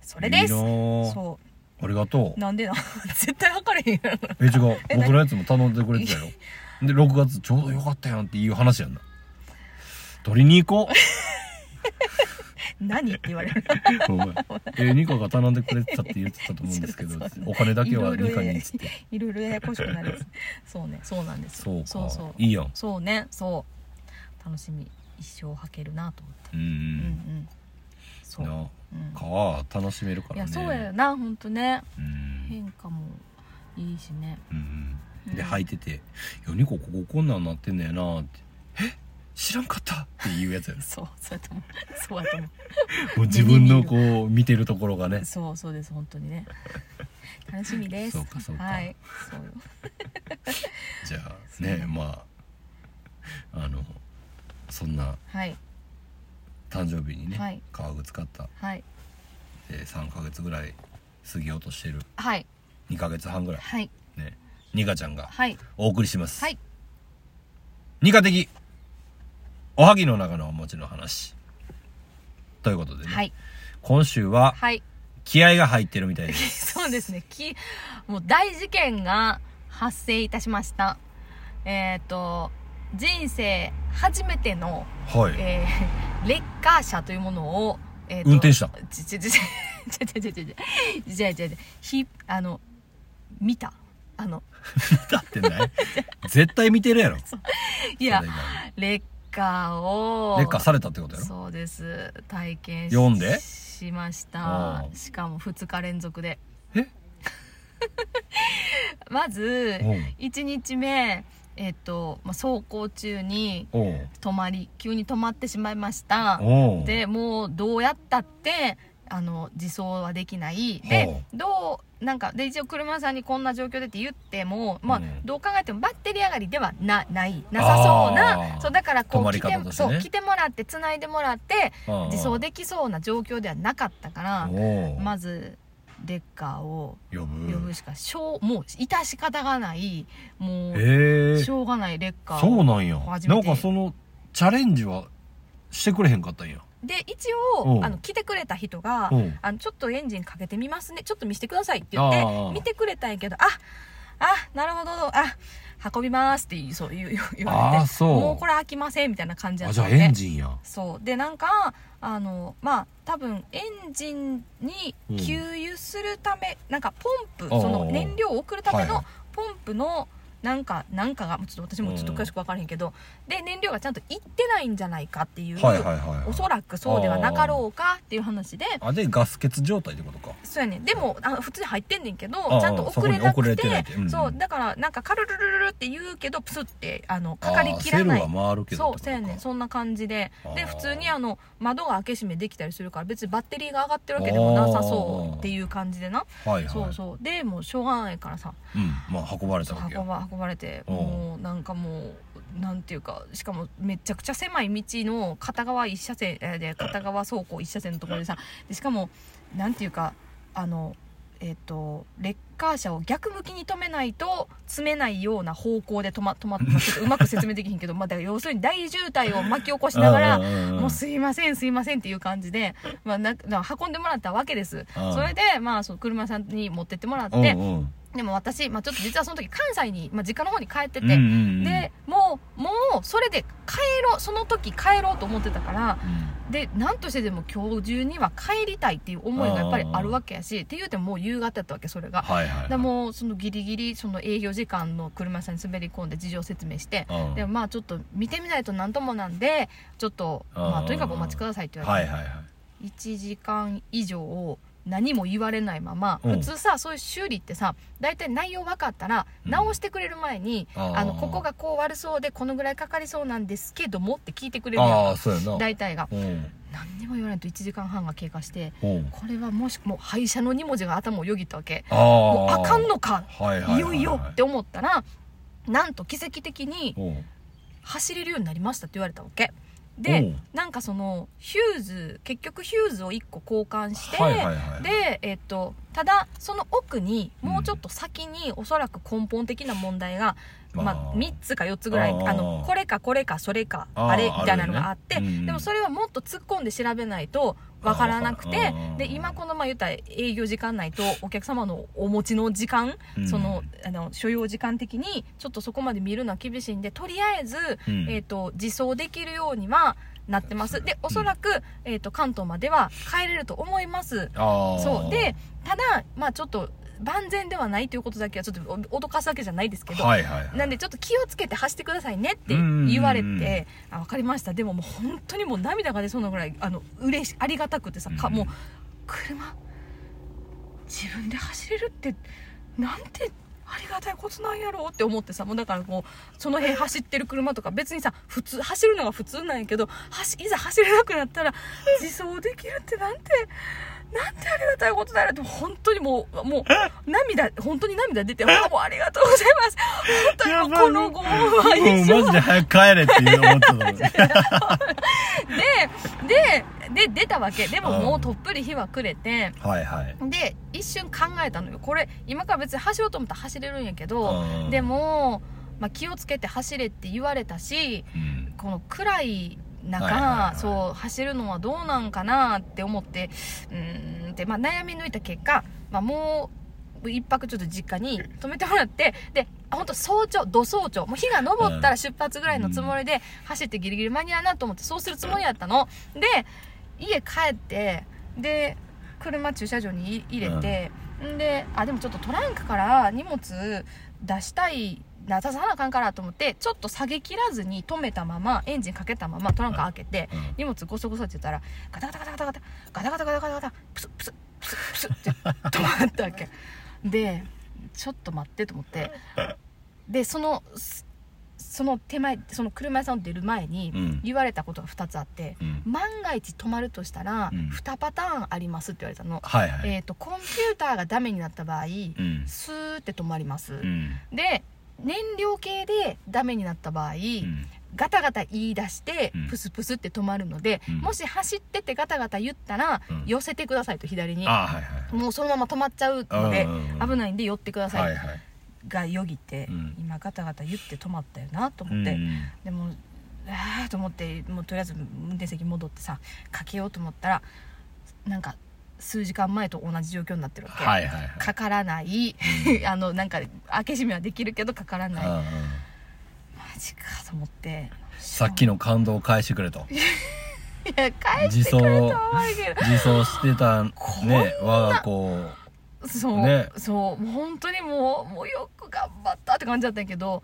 B: それです
A: いいなー
B: そ
A: ありがと
B: うなんでな 絶対測れへんやろ
A: うえ違う
B: え
A: 僕のやつも頼んでくれてた よで6月ちょうどよかったやんっていう話やんな取りに 行こ
B: 何って言われる
A: うお前えニカが頼んでくれてたって言ってたと思うんですけど
B: ちょっ とそう
A: お金だけはい
B: ろい
A: ニ
B: ろ
A: カにっつって
B: いろいろややこしくなるやつそうねそうなんです
A: そうか
B: そうそう
A: いいやん
B: そうねそう楽しみ一生履けるなと思って
A: う
B: うんうんんそ
A: うん
B: う、
A: な
B: うん、
A: 皮は楽しめるから
B: い
A: ね
B: やそうやよなほんとね
A: うん
B: 変化もいいしね
A: うんうんで
B: うん
A: 履いてて「よニコこここんなんなってんだよな」って「え知らんかった」っていうやつやな
B: そうそうやと思うそうやと思
A: もう自分のこう見てるところがね
B: うそうそうです本当にね楽しみです
A: そうかそうか
B: はいそうよ
A: じゃあねまああのそんな
B: はい
A: 誕生日にね、
B: はい
A: 革靴買った
B: はい
A: で3ヶ月ぐらい過ぎようとしてる
B: はい
A: 2ヶ月半ぐらい
B: はい
A: ねニカちゃんが
B: はい
A: お送りします、
B: はい
A: ニカ的おはぎの中のお餅の話ということでね、
B: はい
A: 今週は
B: はい
A: 気合が入ってるみたいです
B: そうですね。き、もう大事件が発生いたしました。えっ、と、人生初めての、
A: はい
B: えー、 レッカー車というものを、えーと
A: 運転した
B: ちちちちちちちちちちちちちひ、あの、見た。あの、
A: だってない絶対見てるやろ
B: い
A: い
B: や、レッカーを、
A: 劣化されたってことやろ
B: そうです。体験し
A: 読んで
B: しまし
A: ああ
B: た。しかも2日連続で。
A: え
B: まず、
A: うん
B: 1日目、えっとまあ、走行中に
A: おう
B: 止まり急に止まってしまいました
A: おう
B: でもうどうやったってあの自走はできない
A: ほ
B: でどうなんかで一応車さんにこんな状況でって言っても、まあ
A: うん
B: どう考えてもバッテリー上がりではなないなさそう
A: あ
B: な
A: ー
B: そうだからこ
A: 止ま
B: う
A: り
B: 来て,、
A: 方として
B: そ
A: ね
B: う来てもらってつないでもらって
A: ああ
B: 自走できそうな状況ではなかったから
A: おう
B: まずレッカーを
A: 呼ぶ。
B: 呼ぶしかしょうもう致し方がないもう
A: ええ
B: しょうがないレッカーを
A: そうなんや。
B: 初
A: な
B: め
A: ん
B: て
A: かその、チャレンジはしてくれへんかったんや。
B: で一
A: う
B: 応
A: ん
B: あの来てくれた人が
A: うん
B: あの「ちょっとエンジンかけてみますねちょっと見せてください」って言っ
A: あー
B: て見てくれたんやけど「ああなるほどあ運びます」って言いそう言う言う言われ
A: あー
B: て
A: そう
B: もうこれ飽きません」みたいな感じだ
A: あ、
B: っ
A: じゃ
B: た
A: あ
B: ん
A: エ
B: で
A: ン。ジンや。
B: そうでなんかあのまあ多分エンジンに給油するため、なんかポンプ
A: おうおう
B: その燃料を送るため
A: はいは
B: の
A: い
B: ポンプのなんかなんかがちょっと私もちょっと詳しく分からへんけど、で燃料がちゃんといってないんじゃないかっていう、
A: はいはいはい。
B: おそらくそうではなかろうかっていう話で
A: あ、で、ガス欠状態ってことか。
B: そうやねんでもあ普通に入ってんねんけど
A: ああ
B: ちゃんと遅れな
A: そこに遅
B: く
A: れ
B: て
A: てないってうん
B: そうだからなんかカルルルルルって言うけどプスってあのかかり
A: あー
B: きらない
A: セルは回るけど
B: そ
A: っ
B: う
A: てこと
B: そう
A: か。
B: やねんそんな感じで
A: あー
B: で普通にあの窓が開け閉めできたりするから別にバッテリーが上がってるわけでもなさそうっていう感じでな
A: はいはい。
B: そうそうでもうしょうがないからさ
A: うん。まあ、運ばれた
B: そう
A: わけ
B: 運
A: や。
B: ば運ばれて
A: うん
B: もうなんかもうなんていうかしかもめちゃくちゃ狭い道の片側一車線えー で片側走行一車線のところでさでしかもなんていうかあのえっ、とレッカー車を逆向きに止めないと詰めないような方向で止ま止まってちょっとうまく説明できひんけどまあだから要するに大渋滞を巻き起こしながら
A: うんうんうんうん
B: もうすいませんすいませんっていう感じで、まあ、なな運んでもらったわけです
A: うん
B: それでまあその車屋さんに持ってってもらって、
A: うんうん。
B: でも私、まあ、ちょっと実はその時関西に、まあ、実家の方に帰ってて、
A: うんうんうん、
B: でもうもうそれで帰ろうその時帰ろうと思ってたから
A: うん、
B: で何としてでも今日中には帰りたいっていう思いがやっぱりあるわけやしっていうてももう夕方だったわけそれが。
A: はいはい、はい。
B: で、もうそのギリギリその営業時間の車屋さんに滑り込んで事情説明して、
A: うん、
B: でもまあちょっと見てみないと何ともなんでちょっと、まあ、
A: うん
B: とにかくお待ちくださいって言われて、
A: はいはいはい。
B: 1時間以上を何も言われないまま、
A: うん
B: 普通さそういう修理ってさ大体内容分かったら
A: うん
B: 直してくれる前に、
A: あー
B: あのここがこう悪そうでこのぐらいかかりそうなんですけどもって聞いてくれる
A: あ
B: や。
A: あ、そうやなん
B: 大体が
A: うん。
B: 何にも言わないと1時間半が経過して
A: うん。
B: これはもしもう廃車の2文字が頭をよぎったわけ
A: ああ。
B: もうあかんのか
A: はいはいはいはい
B: よいよって思ったらなんと奇跡的に
A: うん
B: 走れるようになりましたって言われたわけ
A: う
B: で
A: ん
B: なんかそのヒューズ結局ヒューズを1個交換して、
A: はいはいはい、
B: で、えっと、ただその奥にもうちょっと先におそらく根本的な問題が、まあ、3つか4つぐらい
A: あー
B: あのこれかこれかそれか
A: あー
B: あれみたいなのがあって
A: あるよねうん
B: でもそれはもっと突っ込んで調べないとわからなく
A: あー
B: て
A: わからん
B: で今このまあ言ったら営業時間内とお客様のお持ちの時間、
A: うん
B: そのあの所要時間的にちょっとそこまで見るのは厳しいんでとりあえず、
A: うん
B: えっと自走できるようにはなってますでおそらく、えっと関東までは帰れると思います
A: ああ
B: そうでただまあちょっと万全ではないということだけはちょっとお脅かすわけじゃないですけど、
A: はいはいはい
B: なんでちょっと気をつけて走ってくださいねって
A: うんうんうん
B: 言われて「あ分かりました」でももう本当にもう涙が出そうなぐらいあの嬉しありがたくてさか
A: うん
B: もう車自分で走れるってなんてありがたいことなんやろうって思ってさもうだからこうその辺走ってる車とか別にさ普通走るのが普通なんやけど走いざ走れなくなったら自走できるってなんてなんてありがたいことだよって本当にもうもう涙本当に涙出 てあもうありがとうございます本当にもうこのご恩は
A: もう
B: 一
A: マジ
B: 生
A: で早く帰れっていう思ってたもん
B: ででで出たわけでももうとっぷり火はくれて
A: はいはい
B: で一瞬考えたのよこれ今から別に走ろうと思ったら走れるんやけど
A: うん
B: でも、まあ、気をつけて走れって言われたし
A: うん
B: この暗い中、
A: はいはいはいはい
B: そう走るのはどうなんかなって思ってうーんって、まあ、悩み抜いた結果、まあ、もう一泊ちょっと実家に泊めてもらってで本当早朝土早朝もう日が昇ったら出発ぐらいのつもりで走ってギリギリ間に合うなと思ってそうするつもりやったので家帰ってで車駐車場にい入れて、ん、であでもちょっとトランクから荷物出したいな出さなあかんからと思ってちょっと下げきらずに止めたままエンジンかけたままトランク開けて、
A: うん
B: 荷物ごそごそって言ったらガタガタガタガタガタガタガタガタガタガタプスプスプスプスって止まったわけでちょっと待ってと思ってでそのすその手前その車屋さんを出る前
A: う
B: に
A: ん
B: 言われたことが2つあって、
A: うん
B: 万が一止まるとしたら
A: うん
B: 2パターンありますって言われたの、
A: はいはい、
B: えっ、とコンピューターがダメになった場合、
A: うん
B: スーって止まります、
A: うん
B: で燃料系でダメになった場合、
A: うん
B: ガタガタ言い出して
A: うん、
B: プスプスって止まるので、
A: うん
B: もし走っててガタガタ言ったら、
A: うん
B: 寄せてくださいと左に。
A: ああはいは
B: もうそのまま止まっちゃうので
A: うんうんうん
B: 危ないんで寄ってくださ
A: いはい
B: い
A: はい
B: がよぎって、
A: うん
B: 今ガタガタ言って止まったよなと
A: う
B: 思っ
A: ん
B: て、
A: うん
B: でもえーと思ってもうとりあえず運転席戻ってさかけようと思ったらなんか数時間前と同じ状況になってるわけ、
A: はいはいはい
B: かからない、 あのなんか開け閉めはできるけどかからない、マ
A: うんうん
B: ジかと思って
A: さっきの感動を返してくれと
B: いや帰って
A: 自
B: くると思う
A: 走
B: け
A: 自走してた
B: こんな
A: ね我が子を
B: どそう、
A: ね
B: そうもう本当にもうもうよく頑張ったって感じだったんやけど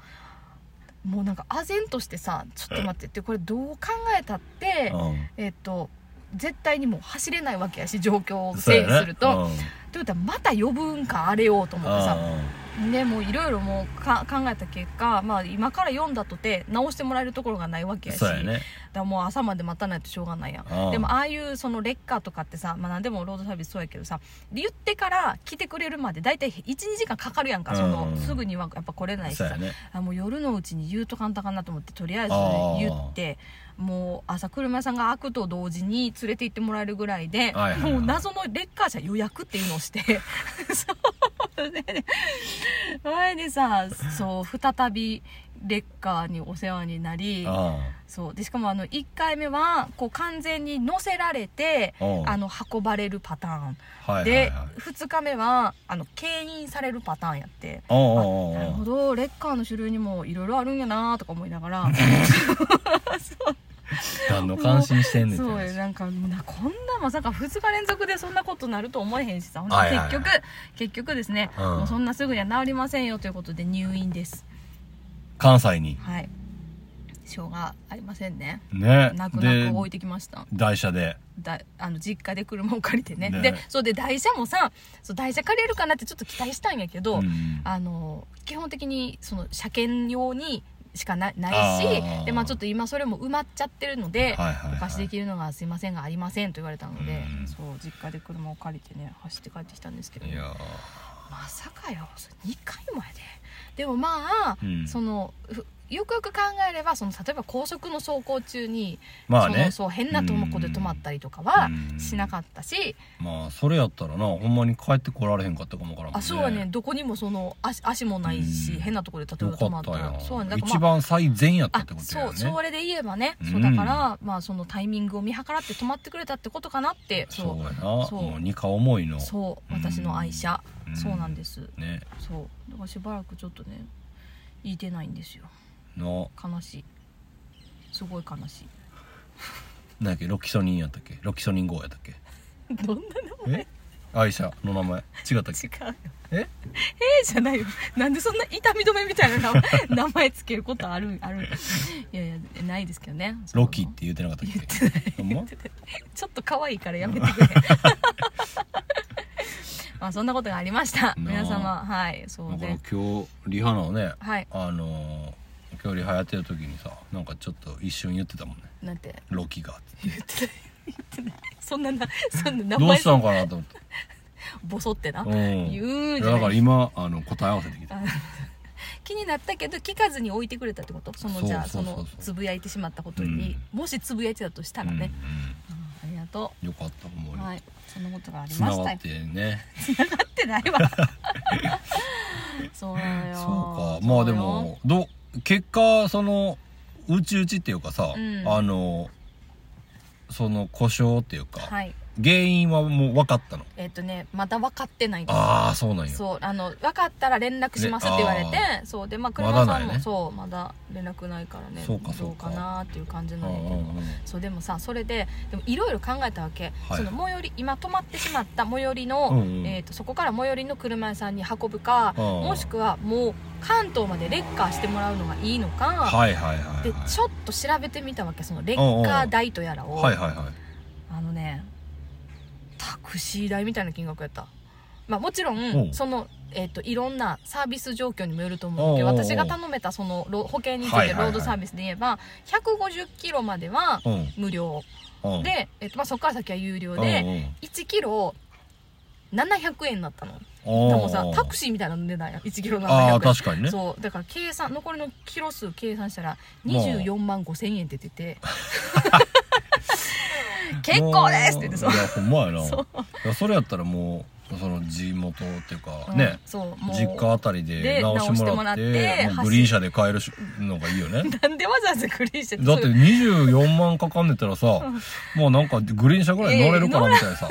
B: もうなんか唖然としてさちょっと待ってってこれどう考えたって、
A: うん
B: えっと絶対にもう走れないわけやし状況を
A: そう
B: 整
A: や
B: 理
A: ね
B: すると、ということはまた呼ぶんかあれよと
A: うん
B: 思
A: う
B: ってさ
A: んうん
B: でもういろいろもうか考えた結果、まあ、今から読んだとて直してもらえるところがないわけやし
A: そうやね
B: だからもう朝まで待たないとしょうがないやん
A: うん
B: でもああいうそのレッカーとかってさ、まあ、何でもロードサービスそうやけどさ言ってから来てくれるまで大体12時間かかるやんかその、
A: うん
B: すぐにはやっぱ来れないし
A: そう
B: さ
A: やね
B: あもう夜のうちに言うとかんたかなと思ってとりあえず
A: あー
B: 言ってもう朝車屋さんが開くと同時に連れて行ってもらえるぐらいで、
A: はいはいはい
B: もう謎のレッカー車予約っていうのをして そうね前でさそう再びレッカーにお世話になり
A: あ
B: そうでしかもあの1回目はこう完全に乗せられて
A: あうん
B: あの運ばれるパターン
A: はいはい
B: で
A: はい
B: 2日目はあの牽引されるパターンやって。
A: うん
B: あ
A: うん
B: な
A: う
B: る
A: んう
B: ほ
A: ん
B: どレッカーの種類にもいろいろあるんやなとか思いながら
A: 何の関心してんねんって
B: そう
A: 話
B: よなんかもうなこんなまさか2日連続でそんなことなると思えへんしさほんで
A: はいはいはい
B: 結局結局ですね、
A: うん
B: もうそんなすぐには治りませんよということで入院です
A: 関西に
B: はいしょうがありませんね
A: ね
B: 泣く泣
A: で
B: く置いてきました
A: 台車で
B: だあの実家で車を借りてね
A: ね
B: でそうで台車もさそう台車借りれるかなってちょっと期待したんやけ
A: う
B: ど、
A: ん
B: あの基本的にその車検用にしかなない
A: あー
B: しで、まあ、ちょっと今それも埋まっちゃってるので、
A: はいはいはい
B: お貸しできるのがすいませんがありませんと言われたので、
A: うん
B: そう実家で車を借りてね走って帰ってきたんですけど
A: いや
B: まさかよそれ2回前ででもまあ、
A: ーうん
B: そのふよくよく考えればその例えば高速の走行中に、
A: まあね
B: そのそう変なとこで止まったりとかはしなかったし、
A: まあそれやったらなほんまに帰ってこられへんかったかもわからんもん
B: あそうはねどこにもその足足もないし、
A: うん
B: 変なところで例
A: よ
B: えば
A: か
B: 止ま
A: っ
B: ったたらそう
A: よ
B: やねだからまあ
A: 一番最善やった
B: あ
A: ってことや
B: そ
A: よ
B: う
A: ね
B: それで言えばね、そううんだから、まあ、そのタイミングを見計らって止まってくれたってことかなって
A: そう
B: そ
A: やな
B: そう
A: もう二課重いの
B: うそう私の愛車、
A: うん
B: そうなんです
A: ね
B: そうだからしばらくちょっとね言いてないんですよ
A: の
B: 悲しいすごい悲し
A: なんやっけロキソニンやったっけロキソニン号やったっけ
B: い どんな名前違
A: え愛車の名前違ったっけ
B: うよ
A: え
B: えーじゃないよなんでそんな痛み止めみたいな名前 名前つけることあるあるいやいやないですけどね
A: ロキって言ってなかったっけ
B: 言ってない
A: ほんま
B: ちょっと可愛いからやめてくれ まあそんなことがありました
A: なあ
B: 皆様はいそう
A: だから
B: ね
A: 今日リハのね
B: はい
A: あのー今日リハやってる時にさなんかちょっと一瞬言ってたもんね
B: なんて
A: ロキが
B: 言ってない言ってないそんな なそんな名
A: どう
B: 前
A: したんかなと思って
B: ボソってな
A: うん
B: 言う
A: い
B: じ
A: やだ
B: ゃ
A: か
B: な
A: ら
B: い
A: 今あの答え合わせてきた
B: 気になったけど聞かずに置いてくれたってことそのじゃあ
A: そ
B: そう
A: そうそうそう
B: のつぶやいてしまったことに、もしつぶやいてたとしたらね、
A: う
B: うんありがと
A: んうん、よかった思
B: う
A: うよ、
B: はいそんなことがあり
A: つ
B: ま
A: な
B: した
A: が
B: よ
A: ってね
B: ってないわ そうなのよ
A: そうかまあでもどう結果そのうちうちっていうかさ、
B: うん
A: あのその故障っていうか、
B: はい
A: 原因はもう分かったの
B: えっ、とねまだ分かってないです
A: ああそうなんや
B: そうあの分かったら連絡しますって言われて、
A: ね
B: そうでまあ車
A: ま
B: さ
A: だなんい
B: も、
A: ね
B: そうまだ連絡ないからね
A: そうかそう
B: ど
A: か
B: うかなっていう感じ
A: う
B: なんやけど
A: んうんうん
B: そうでもさそれででもいろいろ考えたわけ、
A: はい
B: その最寄り今止まってしまった最寄りの、
A: うんうん
B: えー、とそこから最寄りの車屋さんに運ぶか、
A: うん
B: もしくはもう関東までレッカーしてもらうのがいいのか、
A: はいはいはい
B: で
A: はい
B: ちょっと調べてみたわけそのレッカー代とやらを、
A: はいはいはい
B: あのねタクシー代みたいな金額やった、まあ、もちろ
A: おう
B: んその、えっといろんなサービス状況にもよると思うけど
A: おうおうおう
B: 私が頼めたそのロ保険につ
A: はいい
B: て
A: はいはい
B: ロードサービスで言えば、150キロまでは
A: うん
B: 無料
A: うん
B: で、えっとまあ、そこから先は有料
A: うんう
B: で
A: ん
B: 1キロ700円だったの
A: お
B: で
A: ー
B: もさタクシーみたいなの値段や1キロの
A: ああ、
B: 700円
A: 確かにね。
B: そうだから計算残りのキロ数計算したら24万5千円って出てて結構ですって言って
A: そ。
B: そうう
A: いや、ほんまやな。
B: そう
A: いやそれやったらもう、その地元っていうか、
B: うん
A: ね。
B: そうもう
A: 実家あたりで
B: で
A: 直してもらって
B: 直してもらって
A: もうグリーン車で買えるしのがいいよ ね
B: なんでわざわざグリーン車
A: だって
B: そう
A: 24万かかんねたらさもうなんかグリーン車ぐらい乗れるかなみたいなさ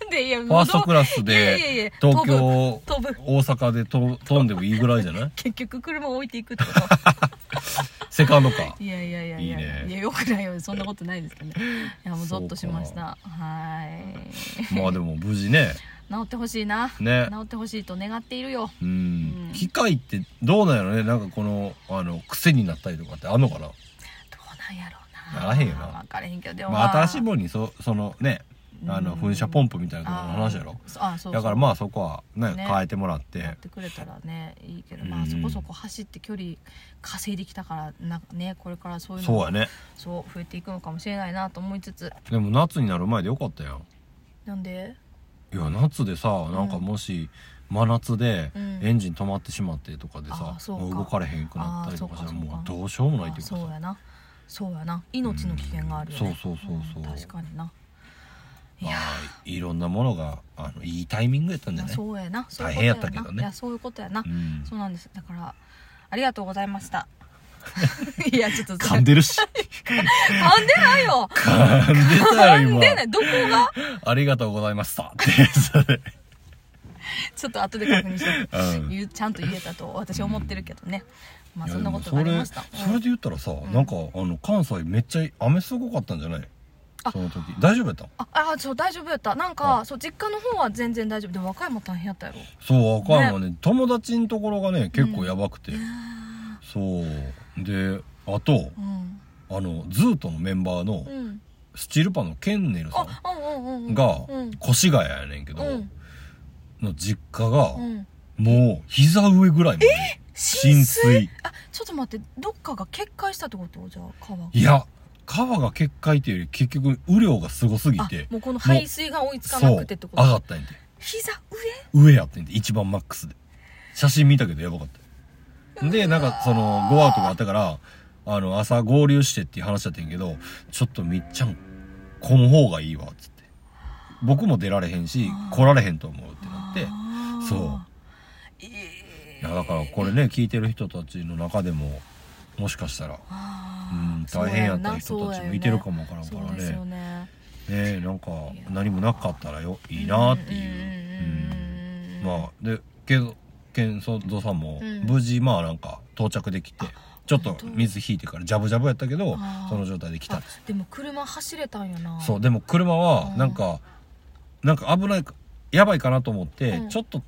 B: なんでいや
A: ファーストクラス
B: いやいやいや
A: で東京
B: 飛ぶ飛ぶ
A: 大阪でと飛んでもいいぐらいじゃない
B: 結局車を置いていくってこと
A: セカンドか
B: いやいやいやいや
A: いいね
B: やよくないよそんなことないですけどねいやもうゾッとしまし
A: そう
B: たはい
A: まあでも無事ね
B: 治ってほしいな、
A: ね
B: 治ってほしいと願っているよ
A: う
B: うん
A: ん機械ってどうなんやろねなんかこのあの癖になったりとかってあんのかな、
B: どうなんやろうな
A: ならへんよな
B: 分かれへんけどでも、
A: まあ、新しいもんにそそのねあの
B: うん
A: 噴射ポンプみたいなところの話やろ
B: あーそあそう
A: だからま
B: あ
A: あそこはね
B: ね
A: 変えてもらって
B: やってくれたらねいいけど、ま
A: う
B: あ
A: ん
B: そこそこ走って距離稼いできたからなんかねこれからそういうの
A: そう
B: が
A: やね
B: そう増えていくのかもしれないなと思いつつ
A: でも夏になる前でよかったよ
B: なんで
A: いや夏でさなんかもし真夏で
B: うん
A: エンジン止まってしまってとかでさ
B: あ、そうか
A: もう動かれへんくなったりとかした
B: あ
A: ら
B: そうかそうか
A: もうどうしようもないというか
B: そ
A: さ
B: うやなそうやな命の危険があるよね、
A: うんそうそうそうそうん
B: 確かにな
A: まあいろんなものがあのいいタイミングやったんじゃ
B: まあ
A: ない
B: そうやなそうい
A: 大
B: うこと
A: 変
B: や
A: や
B: な
A: ったけどね
B: いやそういうことやな、
A: うん
B: そうなんですだからありがとうございました いやちょっとそ
A: 噛
B: れ
A: んでるし
B: 噛んでないよ
A: 噛んでた
B: 噛
A: よ
B: ん
A: 今
B: でないどこが
A: ありがとうございましたってそ れ
B: ちょっと後で確認して
A: うん
B: 言うちゃんと言えたと私思ってるけどねまあ
A: いや
B: そんなこと
A: でも
B: がありました
A: それそれで言ったらさ、なんかあの関西めっちゃ雨すごかったんじゃない
B: あ
A: その時大丈夫やった
B: ああそう大丈夫やったなんかそう実家の方は全然大丈夫でも和歌山大変やったやろ
A: そう赤山ね友達のところがね結構やばくて、
B: う
A: そうであと
B: ん
A: あのズートのメンバーの
B: うん
A: スチルパのケンネルさ
B: あうんうんうんうん
A: んが
B: うん
A: 越谷やねんけど、
B: うん
A: の実家が
B: うん
A: もう膝上ぐらいまで浸水
B: あちょっと待ってどっかが決壊したってことじゃあ川が
A: いや川が決壊というより結局雨量がすごすぎ
B: あ
A: て
B: もうこの排水が追いつかな
A: そう
B: くてって
A: 上
B: こと
A: がったんやて
B: 膝上
A: 上やってんて一番マックスで写真見たけどやばかったでなんかそのゴーアウトがあったからあの朝合流してっていう話だったんやけどちょっとみっちゃんこの方がいいわっつって僕も出られへんし
B: あー
A: 来られへんと思うってなって
B: あー
A: そう
B: え
A: いやだからこれね聞いてる人たちの中でももしかしたら、
B: あ
A: う
B: ー
A: ん、大変やった人たちもいてるかもわからんか
B: そう
A: ら
B: やよねそうですよ
A: ね
B: ね
A: ねなんか
B: いや
A: 何もなかったらよいいなっていう。
B: うん
A: まあでけど健三堂さんも
B: うん
A: 無事まあなんか到着できて、ちょっと
B: 本当
A: 水引いてからジャブジャブやったけど
B: あー
A: その状態で来た
B: あでも車走れたんやな
A: そうでも車
B: う
A: は
B: ん
A: なんか、なんか危ないかやばいかなと思って、
B: うん
A: ちょっと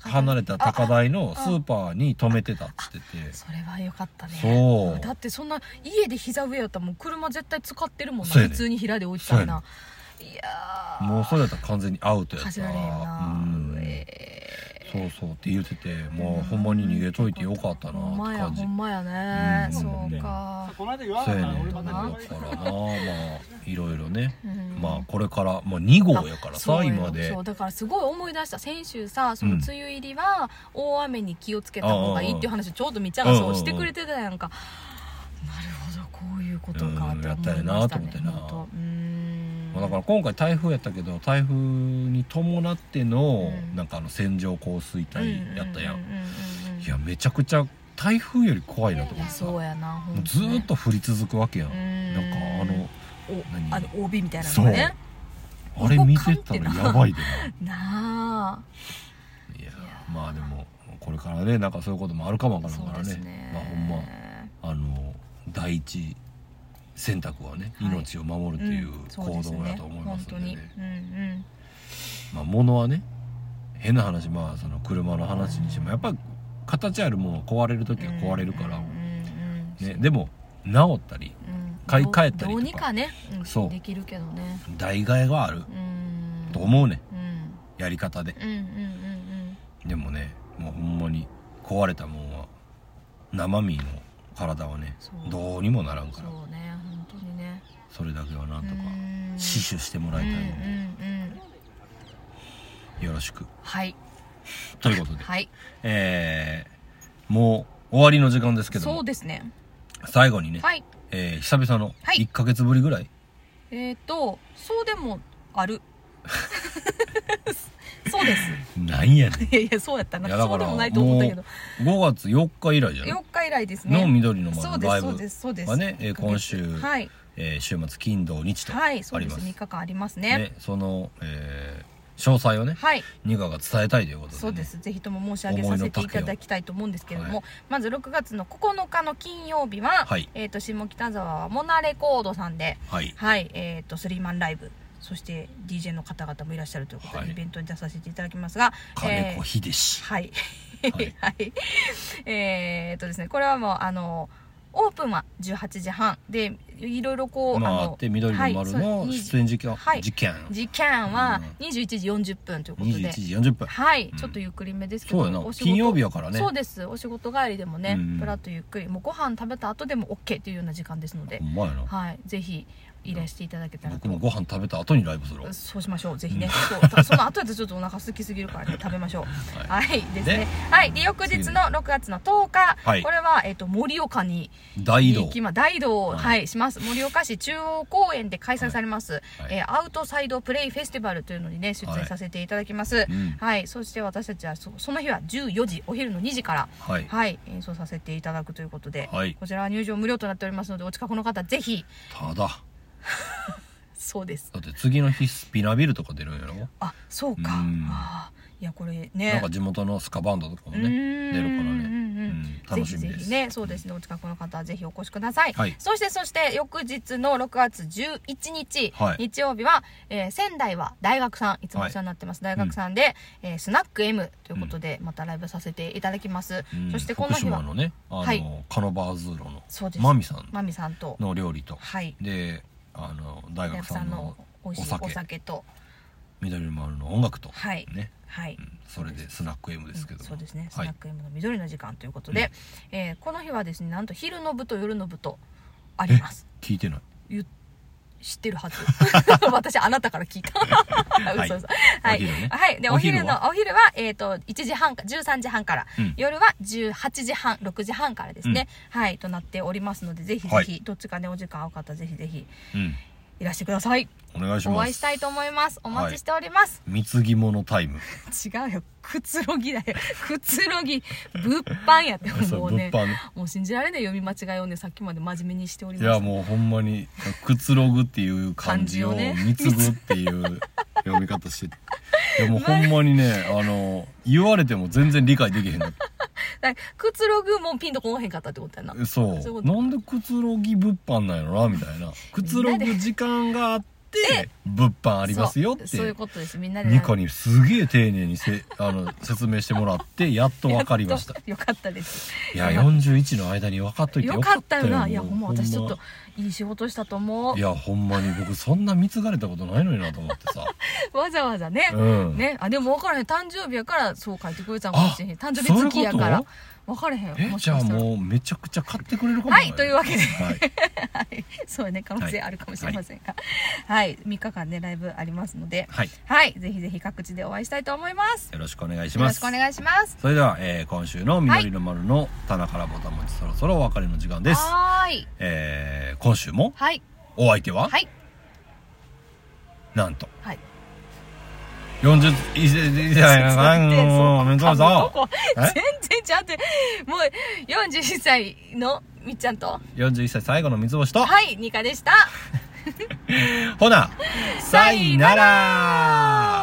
A: 離れた高
B: あ
A: 台のスーパーに止めてたっつってて
B: それはよかったね
A: そう
B: だってそんな家で膝上やったらもう車絶対使ってるもん
A: そう
B: な
A: や
B: 普
A: ね
B: 通に平で置いてたらな
A: そ
B: いやー
A: もうそれやったら完全にアウトやった
B: 走られへんな
A: うん
B: うえ
A: そうそうって言っててもうほんまに逃げといてよかったな
B: ほんま
A: って
B: や
A: 感じ
B: ほんまやね
A: うん
B: そうか
C: この間言わ
A: そ
C: なか
A: う
C: っ
A: や
C: たな
A: ね
C: 俺
A: ん
C: ま
A: だか
C: た
A: らなまあいろいろね
B: うん
A: まあこれから、まあ、2号やから
B: そ
A: さ
B: うよ
A: 今で
B: そうだからすごい思い出した先週さそ
A: う
B: の
A: ん
B: 梅雨入りは大雨に気をつけた方がいいっていう話をちょうどみっちゃんがそうしてくれてたやんか、なるほどこういうことかって思いましたね
A: うんやったよなと思ってな
B: ほんとうーん
A: まあだから今回台風やったけど台風に伴っての、
B: うん
A: なんかあの線状降水帯やったやん,、
B: ううううんうん
A: いやめちゃくちゃ台風より怖いなと
B: い
A: 思っ
B: や
A: てさ
B: そうやなほん
A: も
B: と
A: うずーっと降り続くわけやん、
B: うん
A: なんかあの何
B: おあの OB みたいなのがね
A: あれ見てた
B: ここかん
A: ら
B: ってな
A: やばいでな
B: なあ
A: いやまあでもこれからねなんかそういうこともあるかもわからん
B: そ
A: か
B: う
A: ら
B: です
A: ね
B: ね、
A: まあほんまあの第一選択はね、
B: はい
A: 命を守るという
B: うんそう
A: 行
B: ですね
A: 動やと思いますのでね,、
B: 本当にうんうん
A: まあ物はね変な話まあその車の話にしてもやっぱり形あるものは壊れる時は壊れるから、
B: うんうんうん
A: ね、でも治ったり
B: うん
A: 買い替えたりとか
B: どうにかね、ん
A: そう
B: できるけどね
A: 代替えがある
B: うん
A: と思うね
B: うん
A: やり方で
B: うんうんうん
A: でもねもうほんまに壊れたもんは生身の体はね
B: そう
A: どうにもならん
B: うん
A: か
B: そ
A: ら
B: うね本当にね
A: それだけはなんとか
B: うん
A: 死守してもらいたいの
B: うんうんうん
A: でよろしく
B: はい
A: ということで、
B: はい。
A: えー、もう終わりの時間ですけど
B: そう
A: も、
B: ですね。
A: 最後にね、
B: はい。
A: えー、久々の
B: はい
A: 1ヶ月ぶりぐらい、
B: えっ、ー、と、そうでもあ る。そうです。
A: なんやねん。
B: いやいや、そうやったな。
A: いやだ
B: そ
A: か
B: うで
A: ら
B: も
A: もう
B: ないと思ったけど
A: 5。月4日以来じゃない
B: 4日以来ですね。
A: の緑の丸
B: そう
A: の
B: で
A: ラ
B: す、
A: イ
B: そ
A: ブ
B: うです、そうです。
A: がね、えー
B: 1ヶ月
A: 今週、
B: はい。
A: えー週末金土日とあ
B: はい、
A: り
B: そうで。
A: ますす、
B: 3日間ありますね。
A: ねその、えー詳細をね、
B: はい。
A: ニカが伝えたいということで、ね、
B: そうですぜひとも申し上げさせていただきたいと思うんですけれども、
A: はい
B: まず6月の9日の金曜日は、
A: はい
B: えー、と下北沢はモナレコードさんで、
A: はい
B: はいえー、とスリーマンライブそして DJ の方々もいらっしゃるということで、
A: はい
B: イベントに出させていただきますが、
A: 金
B: えー
A: 子秀氏、
B: はい、 は
A: はいい、
B: えーっとですね、これはもう、あの、オープンは18時半で、いろいろこう、
A: まああ
B: の
A: って緑の丸の
B: はい
A: 出演時間、
B: はい
A: 事件
B: 時間は
A: う
B: 21時40分ということ
A: 21
B: で、
A: 時40分
B: はい、
A: うん
B: ちょっとゆっくりめですけど、
A: そうやな
B: お仕事
A: 金曜日やからね
B: そうです、お仕事帰りでもね、
A: うん
B: プラッとゆっくり、もうご飯食べた後でも OK というような時間ですので
A: ほ、んまやな
B: はい、ぜひいらしていただけたら
A: 僕もご飯食べた後にライブするわ
B: そうしましょう、ぜひね。そうたその後やとちょっとお腹空きすぎるからね、食べましょう。は、
A: はい
B: ですね
A: で。
B: はい、で、翌日の6月の10日、
A: はい
B: これは、えっ、と、盛岡に
A: 大移動
B: 行きま、大移動を、
A: はい
B: はい、します。盛岡市中央公園で開催されます、
A: はいはい
B: えーアウトサイドプレイフェスティバルというのにね、出
A: は
B: 演
A: い
B: させていただきます。はい、
A: うん
B: そして私たちはそ、その日は14時、お昼の2時から、
A: はい
B: はい、演奏させていただくということで、
A: はい
B: こちらは入場無料となっておりますので、お近くの方、ぜひ、
A: ただだ
B: そうです。
A: って次の日スピナビルとか出るんやろ、
B: あ、そうか。
A: うん
B: あーいや、これね。
A: なんか地元のスカバンドとかもね
B: うーん
A: 出るからね、
B: うんうん
A: うん楽しみ
B: ぜ
A: で
B: ひ
A: す
B: ぜひね、そうですね、お近くの方はぜひお越しください。
A: はい
B: そして、そして、翌日の6月11日、
A: はい
B: 日曜日は、えー仙台は大学さん、いつもお世話になってます、大学さんで、えースナック M ということで、またライブさせていただきます。
A: うん
B: そして、この日
A: 福島
B: は、
A: のねあの、
B: はい
A: カノバーズーロの
B: そうです。
A: マミさん
B: マミさんと、
A: の料理と
B: はい、
A: であの大
B: 大
A: 学
B: 学
A: さ
B: さ
A: ん
B: ん
A: の
B: の美味しい
A: お酒
B: お酒と、
A: 緑の丸の音楽と、
B: はい、
A: ね、
B: はい。
A: うんそれでスナック M ですけど
B: うん
A: も
B: そうですね、
A: は
B: スナ
A: い、
B: ック M の緑の時間ということで、えーこの日はですねなんと昼の部と夜の部とあります
A: 聞いてない
B: ゆ知ってるはず 私あなたから聞いた
A: い
B: 嘘嘘は
A: お
B: い、
A: 昼ね
B: はい、でお
A: お昼
B: 昼の
A: は
B: お昼はえっ、と1時半か13時半から、
A: うん
B: 夜は18時半6時半からですね、はいとなっておりますのでぜひぜひ、
A: はい
B: どっちかねお時間合う方ぜひぜひ
A: うん
B: いらしてください
A: お願いします
B: お会いしたいと思いますお待ちしております、
A: 貢ぎ物タイム
B: 違うよくつろぎだよくつろぎ物販やって
A: そう
B: もう
A: 物
B: ね
A: 販ね
B: もう信じられない読み間違いをねさっきまで真面目にしておりま
A: い
B: した
A: やもうほんまにくつろぐっていう漢字を
B: 漢字をね
A: 貢ぐっていう読み方していやもうほんまにねあの言われても全然理解できへんの
B: だからくつろぐもピンとこおへんかったってことやな
A: そう
B: そういうこと
A: なんでくつろぎ物販なんやろなみたいなくつろぐ時間があって物販ありますよって
B: そうそういうことですみんなで
A: ニコにすげえ丁寧にせあの説明してもらってやっと分かりました
B: やっとよかったです
A: いや41の間に分かっといて
B: よ
A: よ
B: か
A: か
B: っ
A: ったた
B: よ
A: よ
B: ないやほんま私ちょっ
A: ほ
B: と
A: ん
B: いい仕事したと思
A: ま
B: う
A: いやほんまに僕そんな貢がれたことないのになと思ってさ
B: わざわざね、
A: うん
B: ねあでも分からへん誕生日やからそう書いてくれたんかもしれへん誕生日月やか
A: そうい
B: ら
A: うこ
B: 分からへん
A: え
B: もし
A: じ
B: か
A: ゃあ
B: したら
A: もうめちゃくちゃ買ってくれるかも
B: はいというわけで
A: はい、
B: はいそうね可能性あるかもしれませんがはい、3日間ねライブありますので
A: はい、
B: はいぜひぜひ各地でお会いしたいと思います
A: よろしくお願いし
B: よろ
A: ま
B: し
A: す
B: くお願いします
A: それでは、えー今週の「みのりの丸」の棚からぼたもちそろそろお別れの時間です、
B: はーい
A: えー今週も
B: はい
A: お相手は、
B: はい
A: なんと
B: はい
A: 40いせいせ
B: ちょっと待って
A: ないなおめでとうござい
B: そ
A: ま
B: こ全
A: え
B: 然ちゃんともう41歳のみっちゃんと
A: す41歳最後の三つ星と
B: はいニカでした
A: ほな、さいなら